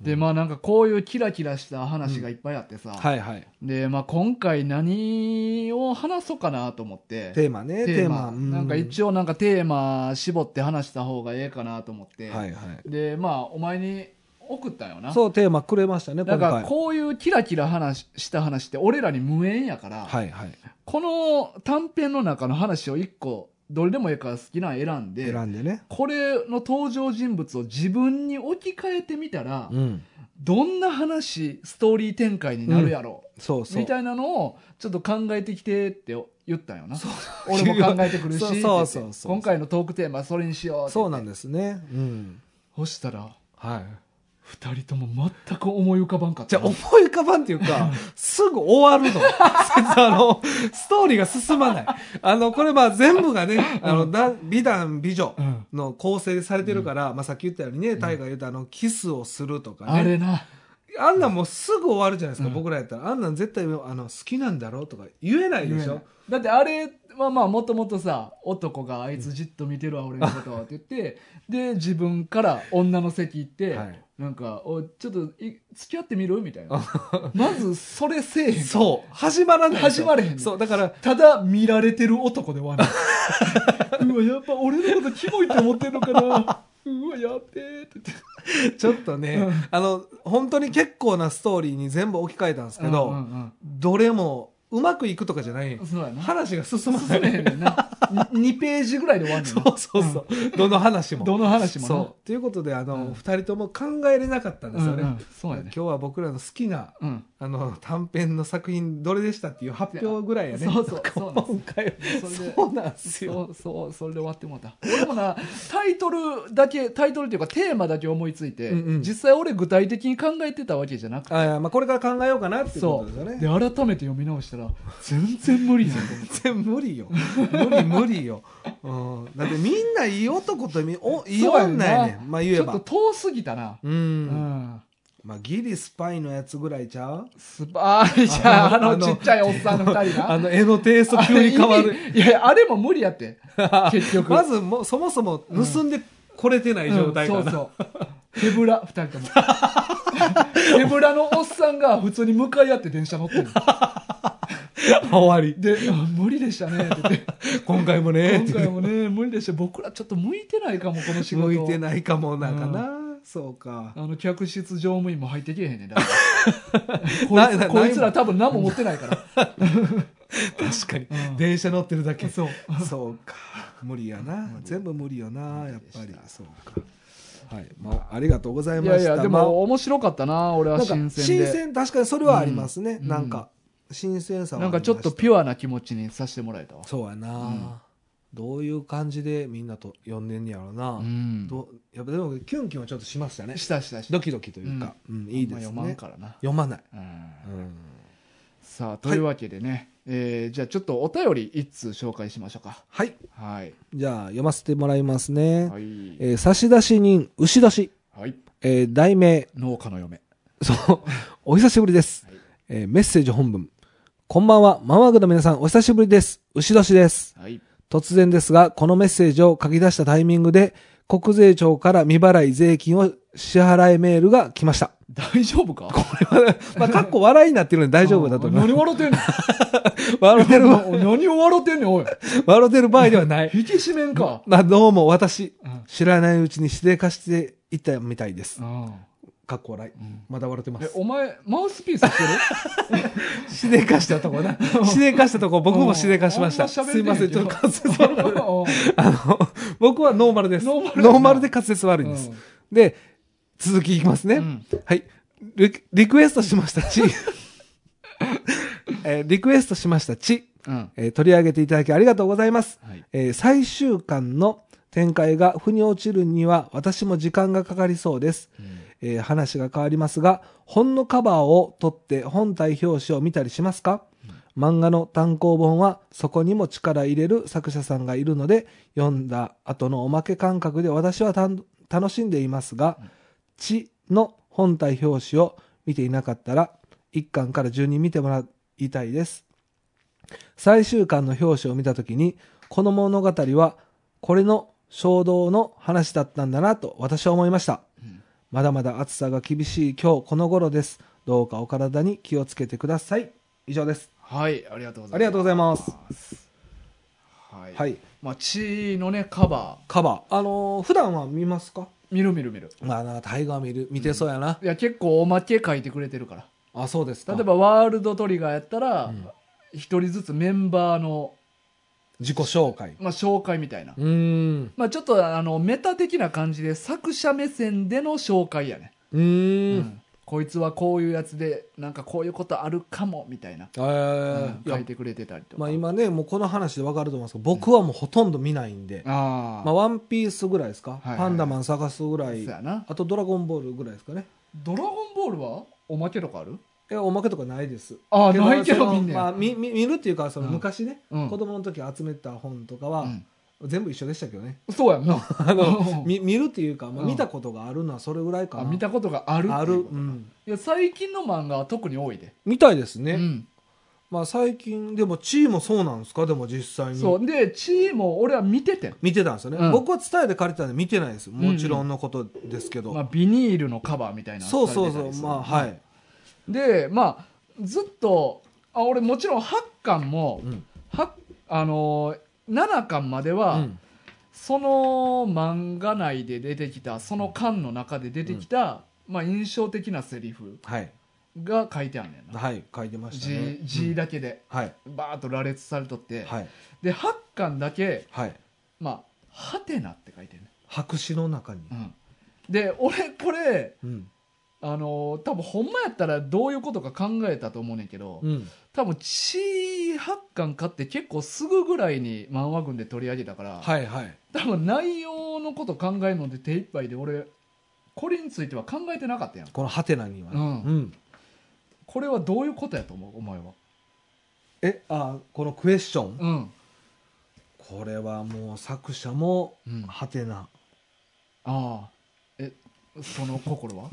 Speaker 1: でまあなんかこういうキラキラした話がいっぱいあってさ、
Speaker 2: はいはい
Speaker 1: でまあ今回何を話そうかなと思って
Speaker 2: テーマねテーマう
Speaker 1: なんか一応なんかテーマ絞って話した方がええかなと思って、
Speaker 2: はいはい
Speaker 1: でまあお前に送ったんよな
Speaker 2: そうテーマくれましたね
Speaker 1: だ
Speaker 2: 今
Speaker 1: から
Speaker 2: 回
Speaker 1: こういうキラキラ話した話って俺らに無縁やから、
Speaker 2: はいはい
Speaker 1: この短編の中の話を一個どれでもいいから好きなの選んで
Speaker 2: 選んでね
Speaker 1: これの登場人物を自分に置き換えてみたら、
Speaker 2: うん
Speaker 1: どんな話ストーリー展開になるやろ
Speaker 2: そう
Speaker 1: う、
Speaker 2: そう
Speaker 1: みたいなのをちょっと考えてきてって言ったんよな
Speaker 2: そう
Speaker 1: 俺も考えてくるし
Speaker 2: そう
Speaker 1: って言っ
Speaker 2: そう
Speaker 1: て
Speaker 2: そうそうそう
Speaker 1: 今回のトークテーマそれにしようって
Speaker 2: そうなんですね。うん。
Speaker 1: そしたら
Speaker 2: はい。
Speaker 1: 二人とも全く思い浮かばんかっ
Speaker 2: じ
Speaker 1: た
Speaker 2: ゃあ思い浮かばんっていうか、すぐ終わるの。 あの、ストーリーが進まない。あの、これまあ全部がね、あの、だ美男美女
Speaker 1: うん
Speaker 2: の構成されてるから、まあさっき言ったようにね、タイが言ったあの、キスをするとか
Speaker 1: あ
Speaker 2: ね。
Speaker 1: れな
Speaker 2: あんなんもうすぐ終わるじゃないですか、
Speaker 1: うん
Speaker 2: 僕らやったら。あんなん絶対、あの、好きなんだろうとか言えないでしょ。
Speaker 1: だってあれはまあもともとさ男があいつじっと見てるわ俺のことをって言ってで自分から女の席行って、
Speaker 2: はい
Speaker 1: なんかおちょっとい付き合ってみるみた いなまずそれせえへん
Speaker 2: そう。始まらないでし
Speaker 1: 始
Speaker 2: ょ。
Speaker 1: まれへんの
Speaker 2: そう。だから、
Speaker 1: ただ見られてる男で終わる うわやっぱ俺のことキモいって思ってるのか なうわやべえって言って
Speaker 2: ちょっとね、
Speaker 1: うん
Speaker 2: あの、本当に結構なストーリーに全部置き換えたんですけ
Speaker 1: う
Speaker 2: ど、
Speaker 1: んうんうん
Speaker 2: どれもうまくいくとかじゃないねん
Speaker 1: そうやな。
Speaker 2: 話が進まな
Speaker 1: 進め
Speaker 2: い
Speaker 1: へんねんな。に2ページぐらいで終わんねん
Speaker 2: そ
Speaker 1: な。
Speaker 2: うそうそう、どの話も
Speaker 1: どの話もな
Speaker 2: そうということであの、
Speaker 1: うん
Speaker 2: 二人とも考えれなかったんですよね、
Speaker 1: うんうんそうや
Speaker 2: 今
Speaker 1: ね。
Speaker 2: 日は僕らの好きな
Speaker 1: うん。
Speaker 2: あの短編の作品どれでしたっていう発表ぐらいやね
Speaker 1: そうそうそうなんです
Speaker 2: 今回は
Speaker 1: それで
Speaker 2: そうなんですよ
Speaker 1: そうそうそれで終わってもうた俺もなタイトルだけタイトルっていうかテーマだけ思いついて、
Speaker 2: うんうん
Speaker 1: 実際俺具体的に考えてたわけじゃなくて
Speaker 2: あいやまあ、これから考えようかなっていうことですよ
Speaker 1: で
Speaker 2: ね
Speaker 1: 改めて読み直したら全然無理やんと思って
Speaker 2: 全然無理よ無理無理よ、うん、だってみんないい男とみおいい女
Speaker 1: そ
Speaker 2: やね
Speaker 1: うや
Speaker 2: んまあ
Speaker 1: ち
Speaker 2: 言え
Speaker 1: ょっと
Speaker 2: ば
Speaker 1: 遠すぎたな
Speaker 2: うん、
Speaker 1: うん
Speaker 2: まあ、ギリスパイのやつぐらいちゃう
Speaker 1: スパーじゃああ
Speaker 2: あの
Speaker 1: のちっちゃいおっさんの二人な
Speaker 2: あの絵のテイス ト
Speaker 1: あ
Speaker 2: 急
Speaker 1: れ
Speaker 2: に変わる
Speaker 1: いやいやあれも無理やって結局
Speaker 2: まずもうそもそも盗んでこれてない状態かな、
Speaker 1: うんそうそう手ぶら2人とも 手ぶらのおっさんが普通に向かい合って電車乗ってる
Speaker 2: 終わり
Speaker 1: であ「無理でしたね」って言って
Speaker 2: 今回も ね
Speaker 1: 今回もね無理でした僕らちょっと向いてないかもこの仕事
Speaker 2: 向いてないかもなんかな、そうか
Speaker 1: あの客室乗務員も入ってけえへんねんだからこい
Speaker 2: な
Speaker 1: つ
Speaker 2: な
Speaker 1: こいつら多分何も持ってない から
Speaker 2: 確かに、
Speaker 1: うん
Speaker 2: 電車乗ってるだけ
Speaker 1: そう
Speaker 2: そうか無理やな全部無理よなやっぱりそうかはい、まあ、ありがとうござい
Speaker 1: い
Speaker 2: ま
Speaker 1: や
Speaker 2: した
Speaker 1: いやで
Speaker 2: まあ
Speaker 1: も面白かったな俺は
Speaker 2: なんか
Speaker 1: 新
Speaker 2: 新
Speaker 1: 鮮
Speaker 2: 鮮
Speaker 1: で
Speaker 2: 確かにそれはありますね、
Speaker 1: うん
Speaker 2: なんか新鮮さは
Speaker 1: なんかちょっとピ
Speaker 2: ュ
Speaker 1: ュアな気持ちにさせてもらえたわ
Speaker 2: そうやな、
Speaker 1: ん
Speaker 2: どういう感じでみんなと呼んでんねやろうな、
Speaker 1: うん
Speaker 2: どうやっぱでもキュンキュンはちょっとしましたね
Speaker 1: したしたした
Speaker 2: ドキドキというか、うんいいですね
Speaker 1: あんま読まんからな
Speaker 2: 読まない、
Speaker 1: うん
Speaker 2: うん
Speaker 1: さあというわけでね、えーじゃあちょっとお便り一通紹介しましょうか
Speaker 2: はい
Speaker 1: はい
Speaker 2: じゃあ読ませてもらいますね、
Speaker 1: はい、
Speaker 2: えー差出人牛年、
Speaker 1: はい、
Speaker 2: えー題名
Speaker 1: 農家の嫁
Speaker 2: そう、お久しぶりです
Speaker 1: はい。
Speaker 2: えーメッセージ本文。こんばんは、ママグの皆さん、お久しぶりです。牛年です。
Speaker 1: はい
Speaker 2: 突然ですが、このメッセージを書き出したタイミングで、国税庁から未払い税金を支払いメールが来ました。
Speaker 1: 大丈夫か
Speaker 2: これは、まあ、かっこ笑いになってるので大丈夫だと思い
Speaker 1: 何
Speaker 2: ます。
Speaker 1: 笑ってんの
Speaker 2: 笑ってる、
Speaker 1: 何を笑ってんねんおい
Speaker 2: 笑ってる場合ではない。
Speaker 1: 引き締めんか
Speaker 2: まあ、どうも私、
Speaker 1: うん
Speaker 2: 知らないうちに指定化していったみたいです。かっこ笑い。
Speaker 1: うん
Speaker 2: まだ笑ってま
Speaker 1: え
Speaker 2: す。
Speaker 1: お前マウスピースしてる
Speaker 2: 指定化したとこな。指定 化したとこ、僕も指定化しました。
Speaker 1: うんあんま
Speaker 2: す
Speaker 1: 喋れ
Speaker 2: いま
Speaker 1: てへ
Speaker 2: せ
Speaker 1: ん
Speaker 2: ん、
Speaker 1: け
Speaker 2: ち
Speaker 1: ど
Speaker 2: ょっと滑舌悪い。
Speaker 1: う
Speaker 2: あの、僕はノーマルです。
Speaker 1: ノーマルやな
Speaker 2: で滑舌悪いんです。
Speaker 1: うん
Speaker 2: で、続きいきますね。
Speaker 1: ん
Speaker 2: はい。リクリクエストしましたち、 えーリクエストしましたち、
Speaker 1: うん
Speaker 2: えー取り上げていただきありがとうございます。
Speaker 1: はい
Speaker 2: えー最終巻の展開が腑に落ちるには私も時間がかかりそうです。えー話が変わりますが、本のカバーを取って本体表紙を見たりしますか、漫画の単行本はそこにも力入れる作者さんがいるので、読んだ後のおまけ感覚で私はたん楽しんでいますが
Speaker 1: うん、
Speaker 2: 地の本体表紙を見ていなかったら、1巻から順に見てもらいたいです。最終巻の表紙を見たときに、この物語はこれの衝動の話だったんだなと私は思いました。
Speaker 1: うん
Speaker 2: まだまだ暑さが厳しい今日この頃です。どうかお体に気をつけてください。以上です。
Speaker 1: はいありがとうございます
Speaker 2: ありがとうございます
Speaker 1: すはい、
Speaker 2: はい。
Speaker 1: まあ、血のねカバ
Speaker 2: カバー。あのー普段は見ますか
Speaker 1: ー見る見る見る
Speaker 2: まあなんかタイガー見る、見てそうやな。
Speaker 1: いや結構おまけ書いてくれてるから
Speaker 2: あ、そうですか。
Speaker 1: 例え、ばワールドトリガーやったら
Speaker 2: うん
Speaker 1: 一、人ずつメンバーの、
Speaker 2: 自己紹介。
Speaker 1: まあ、紹介みたいな、
Speaker 2: うーん。
Speaker 1: まあ、ちょっとあのメタ的な感じで作者目線での紹介やね、
Speaker 2: うー。
Speaker 1: うんんこいつはこういうやつでなんかこういうことあるかもみたいな、
Speaker 2: え
Speaker 1: うん
Speaker 2: ーい
Speaker 1: 書
Speaker 2: や
Speaker 1: いてくれてたりとか、
Speaker 2: まあ今ね、もうこの話でわかると思うんですけど、僕はもうほとんど見ないんで、
Speaker 1: あ
Speaker 2: まあワンピースぐらいですか
Speaker 1: いはい
Speaker 2: パンダマン探すぐ
Speaker 1: あ
Speaker 2: ら
Speaker 1: そう
Speaker 2: い。
Speaker 1: やな
Speaker 2: あとドラゴンボールぐらいですかね。
Speaker 1: ドラゴンボールはおまけとかある
Speaker 2: いやおまけとかないです。
Speaker 1: ああないけ
Speaker 2: そ
Speaker 1: ど
Speaker 2: の
Speaker 1: みんな、
Speaker 2: まあ、見見見るっていうかその
Speaker 1: うん
Speaker 2: 昔ね、
Speaker 1: うん
Speaker 2: 子供の時集めた本とかは、
Speaker 1: うん
Speaker 2: 全部一緒でしたけど ね、
Speaker 1: そう やんなあの
Speaker 2: み見るっていうか、まあ、
Speaker 1: うん
Speaker 2: 見たことがあるのはそれぐらいかな、
Speaker 1: 見たことがあるっていう
Speaker 2: ある、うん、
Speaker 1: いや最近の漫画は特に多いで、
Speaker 2: みたいですね、
Speaker 1: うん、
Speaker 2: まあ、最近でも地位もそうなんですかでも実際
Speaker 1: そ
Speaker 2: に
Speaker 1: うでチームを俺は見ててん、
Speaker 2: 見てたんですよね、
Speaker 1: うん
Speaker 2: 僕は伝えて借りてたんで見てないですもちろんのことですけど、
Speaker 1: まあ、ビニールのカバーみたいなの
Speaker 2: そうそう
Speaker 1: さ
Speaker 2: そ
Speaker 1: れてたり
Speaker 2: う
Speaker 1: する
Speaker 2: まあはい、
Speaker 1: でまあずっとあ俺もちろん8巻も、
Speaker 2: うん
Speaker 1: はあのー7巻までは、
Speaker 2: うん
Speaker 1: その漫画内で出てきたその巻の中で出てきた、まあ、印象的なセリフ
Speaker 2: はい
Speaker 1: が書いてあんねんな、
Speaker 2: はい書いてましたね
Speaker 1: 字字だけで
Speaker 2: はい
Speaker 1: バーッと羅列されとって、
Speaker 2: はい
Speaker 1: で8巻だけ
Speaker 2: はい
Speaker 1: まあ「はてな」って書いてるね、
Speaker 2: 白紙の中に
Speaker 1: うん、で俺これ
Speaker 2: うん
Speaker 1: あのー多分ほんまやったらどういうことか考えたと思うねんけど、
Speaker 2: うん
Speaker 1: 多分地八巻買って結構すぐぐらいに漫画群で取り上げたから、
Speaker 2: はいはい
Speaker 1: 多分内容のこと考えるので手一杯で俺これについては考えてなかったやん
Speaker 2: このハテナにはね
Speaker 1: うん
Speaker 2: うん
Speaker 1: これはどういうことやと思うお前は
Speaker 2: えあこのクエスチョン
Speaker 1: うん、
Speaker 2: これはもう作者も
Speaker 1: うん、あ
Speaker 2: ハテナ
Speaker 1: あえその心 は、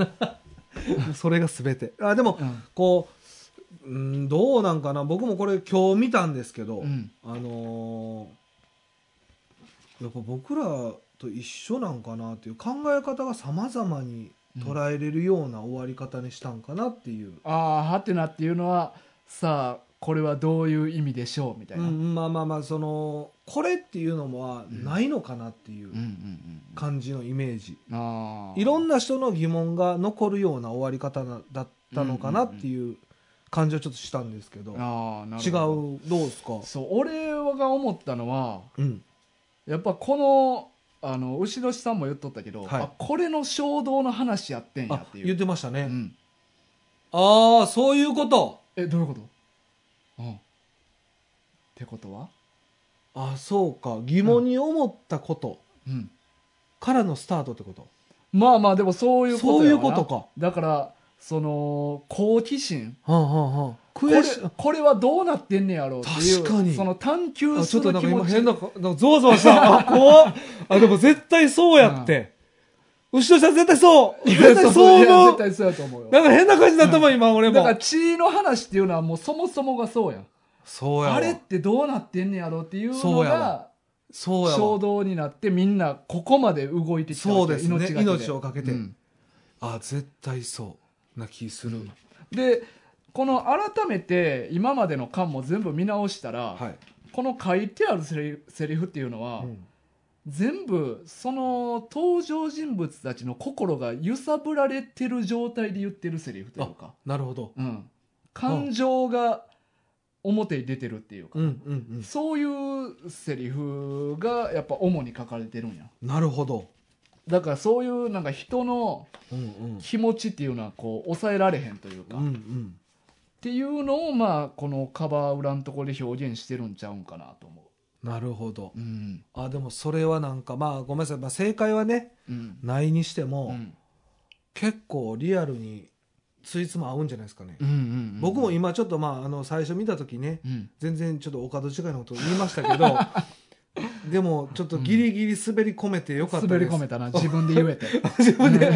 Speaker 2: それが全てあでも
Speaker 1: うん
Speaker 2: こううんどうなんかな僕もこれ今日見たんですけど、
Speaker 1: うん、
Speaker 2: あのーやっぱ僕らと一緒なんかなっていう考え方が様々に捉えれるような終わり方にしたんかなっていう、
Speaker 1: ああはてなっていうのはさあこれはどういう意味でしょうみたいな、
Speaker 2: うんまあまあまあそのこれっていうのは
Speaker 1: うん
Speaker 2: ないのかなっていう
Speaker 1: うんうんうん
Speaker 2: 感じのイメージ、
Speaker 1: ああ
Speaker 2: いろんな人の疑問が残るような終わり方なだったのかなっていう感じはちょっとしたんですけど,、
Speaker 1: ああなる
Speaker 2: 違う
Speaker 1: ほど
Speaker 2: どうですか
Speaker 1: そう俺が思ったのは
Speaker 2: うん
Speaker 1: やっぱこのあの牛年さんも言っとったけど、
Speaker 2: はい
Speaker 1: あこれの衝動の話やってんや
Speaker 2: あ
Speaker 1: っていう
Speaker 2: 言ってましたね、
Speaker 1: うん、
Speaker 2: ああそういうこと
Speaker 1: えどういうこと、うん、ってことは、
Speaker 2: あそうか疑問に思ったこと
Speaker 1: うん、
Speaker 2: からのスタートってこと、
Speaker 1: まあまあでもそういうことやわな
Speaker 2: そういうことか
Speaker 1: だからその好奇心
Speaker 2: はんはんはん
Speaker 1: こ
Speaker 2: ク
Speaker 1: れ
Speaker 2: エスチョン
Speaker 1: これはどうなってんねやろうっていう
Speaker 2: 確かに
Speaker 1: その探求
Speaker 2: あ
Speaker 1: す
Speaker 2: ちょ
Speaker 1: る
Speaker 2: っとなん
Speaker 1: 気
Speaker 2: か今
Speaker 1: 持ち
Speaker 2: 変なかなんかゾワゾ ワしたあ怖っあでも絶対そうやって、後ろ下絶対そう
Speaker 1: いや
Speaker 2: 絶対そ
Speaker 1: い
Speaker 2: う
Speaker 1: や
Speaker 2: 思
Speaker 1: 絶
Speaker 2: う
Speaker 1: 対そうやと思うよ
Speaker 2: なんか変な感じになったもん今俺
Speaker 1: だから
Speaker 2: も
Speaker 1: 血の話っていうのはもうそもそもがそうやん
Speaker 2: そうやわ
Speaker 1: あれってどうなってんねやろうっていうの
Speaker 2: そうや
Speaker 1: が
Speaker 2: わそうや
Speaker 1: 衝
Speaker 2: わ
Speaker 1: 動になってみんなここまで動いてきた
Speaker 2: そうですね
Speaker 1: 命がけで
Speaker 2: 命をかけて
Speaker 1: うん
Speaker 2: あ絶対そうな気する、
Speaker 1: でこの改めて今までの巻も全部見直したら、
Speaker 2: はい、
Speaker 1: この書いてあるセリセリフっていうのは、
Speaker 2: うん
Speaker 1: 全部その登場人物たちの心が揺さぶられてる状態で言ってるセリフというか、
Speaker 2: なるほど
Speaker 1: うん、感情が表に出てるっていうか、
Speaker 2: うんうん
Speaker 1: そういうセリフがやっぱ主に書かれてるんや
Speaker 2: うんなるほど
Speaker 1: だからそういうなんか人の
Speaker 2: うんうん
Speaker 1: 気持ちっていうのはこう抑えられへんというか、
Speaker 2: うんう
Speaker 1: っ
Speaker 2: ん
Speaker 1: ていうのをまあこのカバー裏のところで表現してるんちゃうんかなと思
Speaker 2: なるほど
Speaker 1: ううん
Speaker 2: あでもそれはなんかまあごめんなさい、まあ、正解はね
Speaker 1: うん
Speaker 2: ないにして
Speaker 1: う
Speaker 2: も、
Speaker 1: ん
Speaker 2: 結構リアルについつも合うんじゃないですかね、
Speaker 1: うんうん
Speaker 2: 僕も今ちょっとまああの最初見た時ね
Speaker 1: うん
Speaker 2: 全然ちょっとお門違いのこと言いましたけどでもちょっとギリギリ滑り込めてよかった
Speaker 1: 滑
Speaker 2: で
Speaker 1: り
Speaker 2: す
Speaker 1: 込めたな自分で言 えて
Speaker 2: 自分で、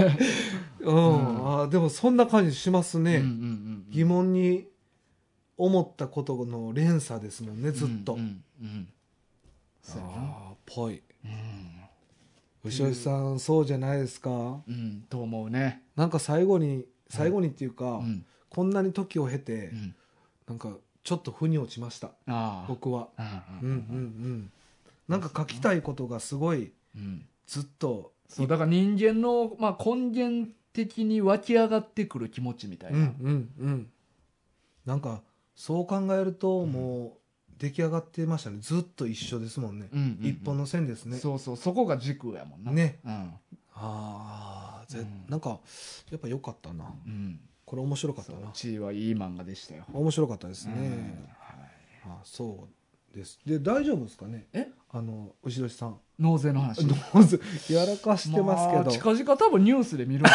Speaker 2: う
Speaker 1: うん
Speaker 2: ん、あでもそんな感じしますね、
Speaker 1: うんうんうんうん
Speaker 2: 疑問に思ったことの連鎖ですもんねずっと、
Speaker 1: うんうんうんそうやな
Speaker 2: ああぽい
Speaker 1: うん
Speaker 2: 牛尾さんそうじゃないですか
Speaker 1: うんと思うね
Speaker 2: なんか最後に最後にっていうか、
Speaker 1: うん
Speaker 2: こんなに時を経て、
Speaker 1: うん
Speaker 2: なんかちょっと腑に落ちました
Speaker 1: ああ
Speaker 2: 僕は
Speaker 1: うん
Speaker 2: うんうんうんなんか書きたいことがすごい
Speaker 1: うん
Speaker 2: ずっと
Speaker 1: そうだから人間の、まあ、根源的に湧き上がってくる気持ちみたい
Speaker 2: うんう
Speaker 1: な、
Speaker 2: んうんなんかそう考えるともう出来上がってましたねずっと一緒ですもんね
Speaker 1: うんうんうん
Speaker 2: 一本の線ですね
Speaker 1: そうそうそこが軸やもんな
Speaker 2: ね
Speaker 1: うん
Speaker 2: ああぜ
Speaker 1: うん
Speaker 2: なんかやっぱ良かったな
Speaker 1: うん
Speaker 2: これ面白かった
Speaker 1: そう
Speaker 2: な
Speaker 1: 地位はいい漫画でしたよ
Speaker 2: 面白かったです
Speaker 1: うん
Speaker 2: ね
Speaker 1: はい
Speaker 2: あそうですで大丈夫ですかね
Speaker 1: え
Speaker 2: あの牛年さん
Speaker 1: 納税の話
Speaker 2: どうぞやらかしてますけ
Speaker 1: まあ
Speaker 2: ど
Speaker 1: 近々多分ニュースで見るんだ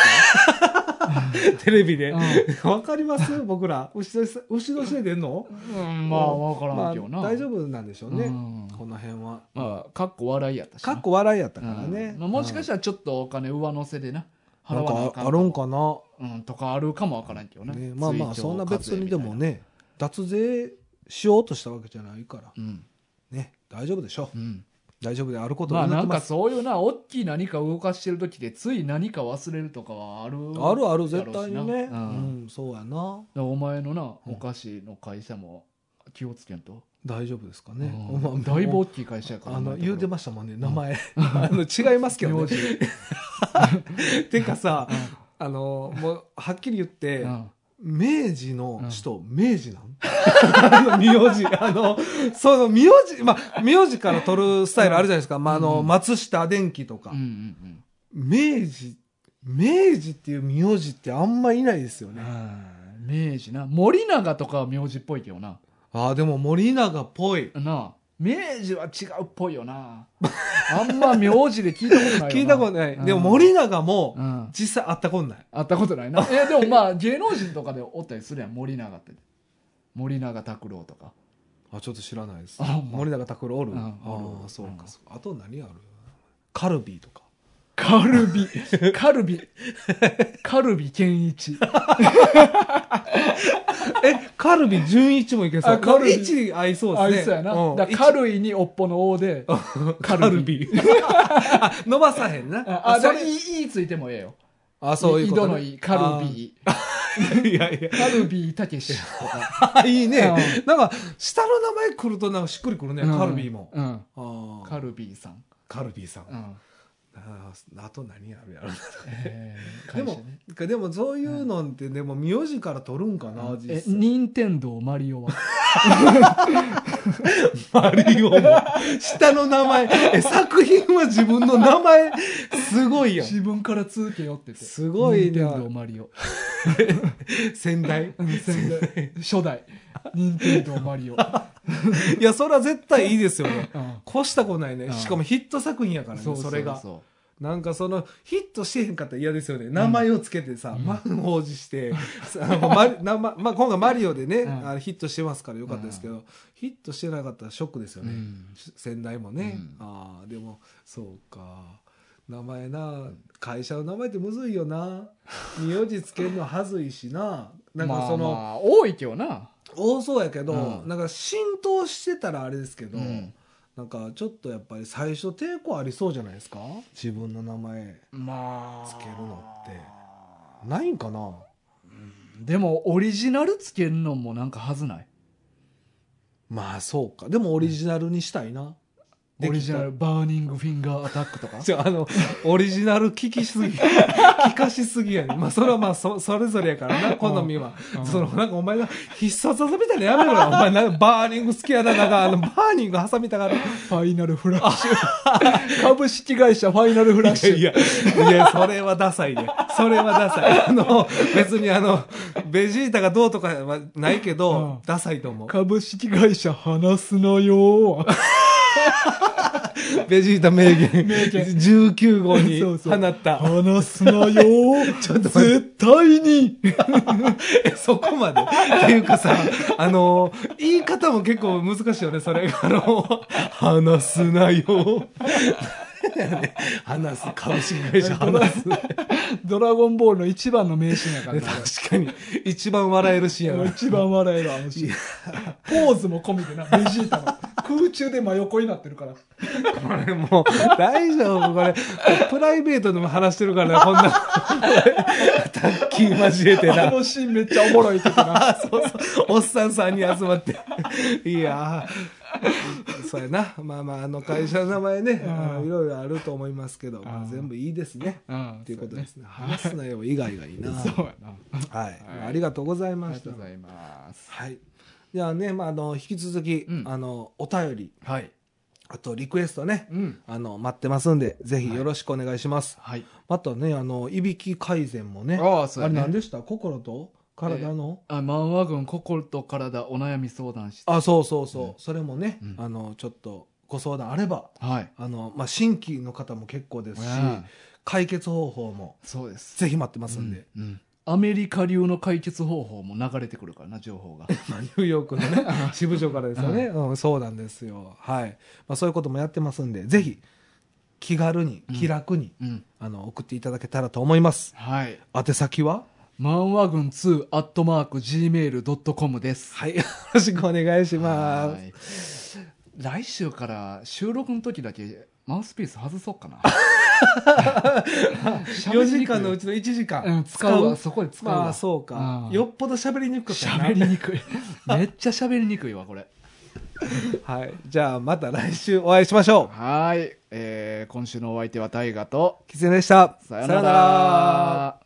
Speaker 2: テレビで
Speaker 1: よ
Speaker 2: わかります僕ら牛年さん牛年で出んの
Speaker 1: うんうんまあ分からんけどな、
Speaker 2: まあ大丈夫なんでしょうね、
Speaker 1: うん
Speaker 2: この辺は
Speaker 1: まあかっこ笑いやったしな
Speaker 2: かっこ笑いやった
Speaker 1: う
Speaker 2: からね、
Speaker 1: んまあ、もしかし
Speaker 2: ら
Speaker 1: たらちょっとお金上乗せでな払
Speaker 2: な
Speaker 1: わなんあ
Speaker 2: か
Speaker 1: かん
Speaker 2: あるんかな、
Speaker 1: うん、とかあるかもわからんけどね
Speaker 2: ね、まあまあ
Speaker 1: 追徴
Speaker 2: そんな
Speaker 1: 課
Speaker 2: 別
Speaker 1: 税
Speaker 2: に
Speaker 1: みた
Speaker 2: で
Speaker 1: いな
Speaker 2: もね脱税しようとしたわけじゃないから
Speaker 1: うん
Speaker 2: ね大丈夫でしょう
Speaker 1: うん
Speaker 2: 大丈夫であること
Speaker 1: ま
Speaker 2: に
Speaker 1: あ
Speaker 2: なっ
Speaker 1: な
Speaker 2: て
Speaker 1: ん
Speaker 2: ま
Speaker 1: か
Speaker 2: す、
Speaker 1: そういうな大きい何かを動かしてる時でつい何か忘れるとかはある
Speaker 2: あるある絶
Speaker 1: やろう
Speaker 2: 対
Speaker 1: し
Speaker 2: に
Speaker 1: な
Speaker 2: ね
Speaker 1: う
Speaker 2: うんん、そうやな
Speaker 1: だからお前のな
Speaker 2: うん
Speaker 1: お菓子の会社も気をつけんと、
Speaker 2: 大丈夫ですかね、
Speaker 1: うん
Speaker 2: まあ
Speaker 1: だいぶ大きい会社やから
Speaker 2: あの言うて
Speaker 1: ま
Speaker 2: ましたもんね名前、 あの違いますけど
Speaker 1: 名字
Speaker 2: ね てかさあのもうはっきり言って、
Speaker 1: うん
Speaker 2: 明治の首都、明治なん 名字、あの、その名字、まあ、名字から取るスタイルあるじゃないですか。まあ、あの、
Speaker 1: うん
Speaker 2: 松下電器とか。
Speaker 1: うんうん
Speaker 2: 明治、明治っていう名字ってあんまいないですよ
Speaker 1: うん
Speaker 2: ね。
Speaker 1: はい明治な森永とかは名字っぽいけどな
Speaker 2: ああ、でも森永っぽい。
Speaker 1: なあ明治は違うっぽいよ なあんま名字で聞いたことないよな
Speaker 2: 聞いたことない。
Speaker 1: うん
Speaker 2: でも森永も
Speaker 1: うん
Speaker 2: 実際会ったことない。
Speaker 1: 会ったことないなえでもまあ芸能人とかでおったりするやん森永って森永拓郎とか
Speaker 2: あ、ちょっと知らないです
Speaker 1: あほんま
Speaker 2: 森永拓郎おる。
Speaker 1: うん
Speaker 2: あ
Speaker 1: お
Speaker 2: あ、
Speaker 1: る
Speaker 2: そう
Speaker 1: う
Speaker 2: か
Speaker 1: ん
Speaker 2: そうか。あと何あるカルビーとか。
Speaker 1: カル ビカルビカルビ健 一
Speaker 2: え、カルビ純一もいけそう。
Speaker 1: あカルビ
Speaker 2: 一合いそうです
Speaker 1: あ
Speaker 2: ね。
Speaker 1: いつやな、
Speaker 2: うん
Speaker 1: だから軽いにおっぽの「お」でカ
Speaker 2: カル
Speaker 1: ルビ
Speaker 2: ビ。あ伸ばさへんな。
Speaker 1: ああ
Speaker 2: そ
Speaker 1: だからい
Speaker 2: れ
Speaker 1: いいいついてもええよ
Speaker 2: あ、そういうこ
Speaker 1: 井
Speaker 2: と、
Speaker 1: 戸のいいカルビ
Speaker 2: あ。いやいや。
Speaker 1: カルビたけしとか
Speaker 2: あいいね
Speaker 1: う。
Speaker 2: なんか、下の名前来るとなんかしっくりく るね。カルビーも。
Speaker 1: うん
Speaker 2: あー
Speaker 1: カルビーさん、
Speaker 2: カルビーさん。
Speaker 1: うん
Speaker 2: あーあと何あるやろな。
Speaker 1: えー
Speaker 2: で
Speaker 1: 会社
Speaker 2: も
Speaker 1: ね、
Speaker 2: でもそういうのって、でも名字から取るんかな、実
Speaker 1: え
Speaker 2: 際。
Speaker 1: 任天堂マリオは
Speaker 2: マリオも。下の名前。え、作品は自分の名前。すごいやん。
Speaker 1: 自分から続けよって言って
Speaker 2: すごい
Speaker 1: 任天
Speaker 2: な
Speaker 1: 堂マリオ
Speaker 2: 先代。
Speaker 1: うん先 代初代任天堂マリオ、
Speaker 2: いや、それは絶対いいですよね。
Speaker 1: うん
Speaker 2: 越したことないね。
Speaker 1: うん
Speaker 2: しかもヒット作品やからね、それが。
Speaker 1: そ
Speaker 2: なんかそのヒットしてへんかったら嫌ですよね。名前をつけてさ、
Speaker 1: うん
Speaker 2: 満を持 して、さあのマリ名前まあ今回マリオでね、
Speaker 1: うん
Speaker 2: あのヒットしてますからよかったですけど、ヒットしてなかったらショックですよ
Speaker 1: うう
Speaker 2: ね。
Speaker 1: ん
Speaker 2: 先代もね。
Speaker 1: うん
Speaker 2: ああ、でも、そうか。名前な、会社の名前ってむずいよな。名字つけるのはずいしな。なんかそ
Speaker 1: ま
Speaker 2: の、
Speaker 1: あまあ多いけどな、
Speaker 2: 多そうやけど、
Speaker 1: うん
Speaker 2: なんか浸透してたらあれですけど、
Speaker 1: うん
Speaker 2: なんかちょっとやっぱり最初抵抗ありそうじゃないですか自分の名前
Speaker 1: まあ
Speaker 2: つけるのってないんかな
Speaker 1: でもオリジナルつけるのもなんかはずない
Speaker 2: まあそうかでもオリジナルにしたいな、できた
Speaker 1: オリジナルバーニングフィンガーアタックとか
Speaker 2: じゃあ あのオリジナル聞きすぎ聞かしすぎやねまあそれはまあそそれぞれやからな好みは、
Speaker 1: うん
Speaker 2: そのなんかお前が必殺技みたいなのやめろよお前なバーニング好きやななんかあのバーニング挟みたがる
Speaker 1: ファイナルフラッシュ 株式会社ファイナルフラッシュ
Speaker 2: いや、いや、それはダサいね。それはダサい。あの、別にあの、ベジータがどうとかはないけど、
Speaker 1: うん
Speaker 2: ダサいと思う。
Speaker 1: 株式会社話すのよ
Speaker 2: ベジータ名言。19号に
Speaker 1: そうそう
Speaker 2: 放った。
Speaker 1: 話すのよ
Speaker 2: ちょっと待って
Speaker 1: 絶対に
Speaker 2: え そこまで。っていうかさ、あの、言い方も結構難しいよね、それ。あの、話すなよ。話す、株式会社話す。
Speaker 1: ドラゴンボールの一番の名シーンやからな
Speaker 2: 確かに、一番笑えるシーンや
Speaker 1: もう
Speaker 2: な
Speaker 1: 一番笑えるあのシーンポーズも込みでなベジータの空中で真横になってるから
Speaker 2: これもう、大丈夫これ、プライベートでも話してるからね、こんな、タッキー交えて
Speaker 1: あ
Speaker 2: な。
Speaker 1: のシーンめっちゃおもろいって言って な
Speaker 2: あそうそう。おっさん3人集ま って。いやーそうやな。まあまあ、あの会社の名前ね、
Speaker 1: ん
Speaker 2: あのいろいろあると思いますけど、まあ
Speaker 1: うん
Speaker 2: 全部いいですね。
Speaker 1: うん
Speaker 2: っていうことですね。話すなよ以外がいいな。は
Speaker 1: そうやなあ
Speaker 2: い。ありがとうございま
Speaker 1: りが
Speaker 2: し
Speaker 1: と
Speaker 2: た
Speaker 1: う。ございます
Speaker 2: はい。じゃあね、まあ、あの、引き続き、
Speaker 1: うん
Speaker 2: あの、お便り、
Speaker 1: はい
Speaker 2: あとリクエストね、
Speaker 1: うん
Speaker 2: あの、待ってますんで、ぜひよろしくお願いします。
Speaker 1: はい
Speaker 2: またね、あの、いびき改善もね。あ,、
Speaker 1: ああそう
Speaker 2: れ
Speaker 1: や
Speaker 2: 何
Speaker 1: ね
Speaker 2: でした心と体の、
Speaker 1: あ漫画軍心と体お悩み相談室
Speaker 2: あ、そうそうそう。
Speaker 1: うん
Speaker 2: それもね、
Speaker 1: うん
Speaker 2: あの、ちょっとご相談あれば、
Speaker 1: はい
Speaker 2: あの、まあ、新規の方も結構ですし、
Speaker 1: うん
Speaker 2: 解決方法も
Speaker 1: そうです
Speaker 2: ぜひ待ってますんで。
Speaker 1: うんうんアメリカ流の解決方法も流れてくるからな情報が
Speaker 2: まあニューヨークのね、支部長からですよね。うん、そうなんですよ。はい。まあ、そういうこともやってますんで、ぜひ、気軽に、気楽に、
Speaker 1: うん
Speaker 2: あの、送っていただけたらと思います。
Speaker 1: はい
Speaker 2: 宛先は
Speaker 1: 漫画軍2アットマーク Gmail.com です
Speaker 2: はい。よろしくお願いしま
Speaker 1: は
Speaker 2: す。
Speaker 1: い来週から収録の時だけマウスピース外そうかな
Speaker 2: 4時間のうちの1時間。
Speaker 1: うん使うわそこで使うわ、
Speaker 2: まあそうか、
Speaker 1: うん
Speaker 2: よっぽど喋りにくくな
Speaker 1: 喋りにくいめっちゃ喋りにくいわこれ
Speaker 2: はいじゃあまた来週お会いしましょ
Speaker 1: はい、えー今週のお相手は大ガと
Speaker 2: うキツネでした
Speaker 1: さよなら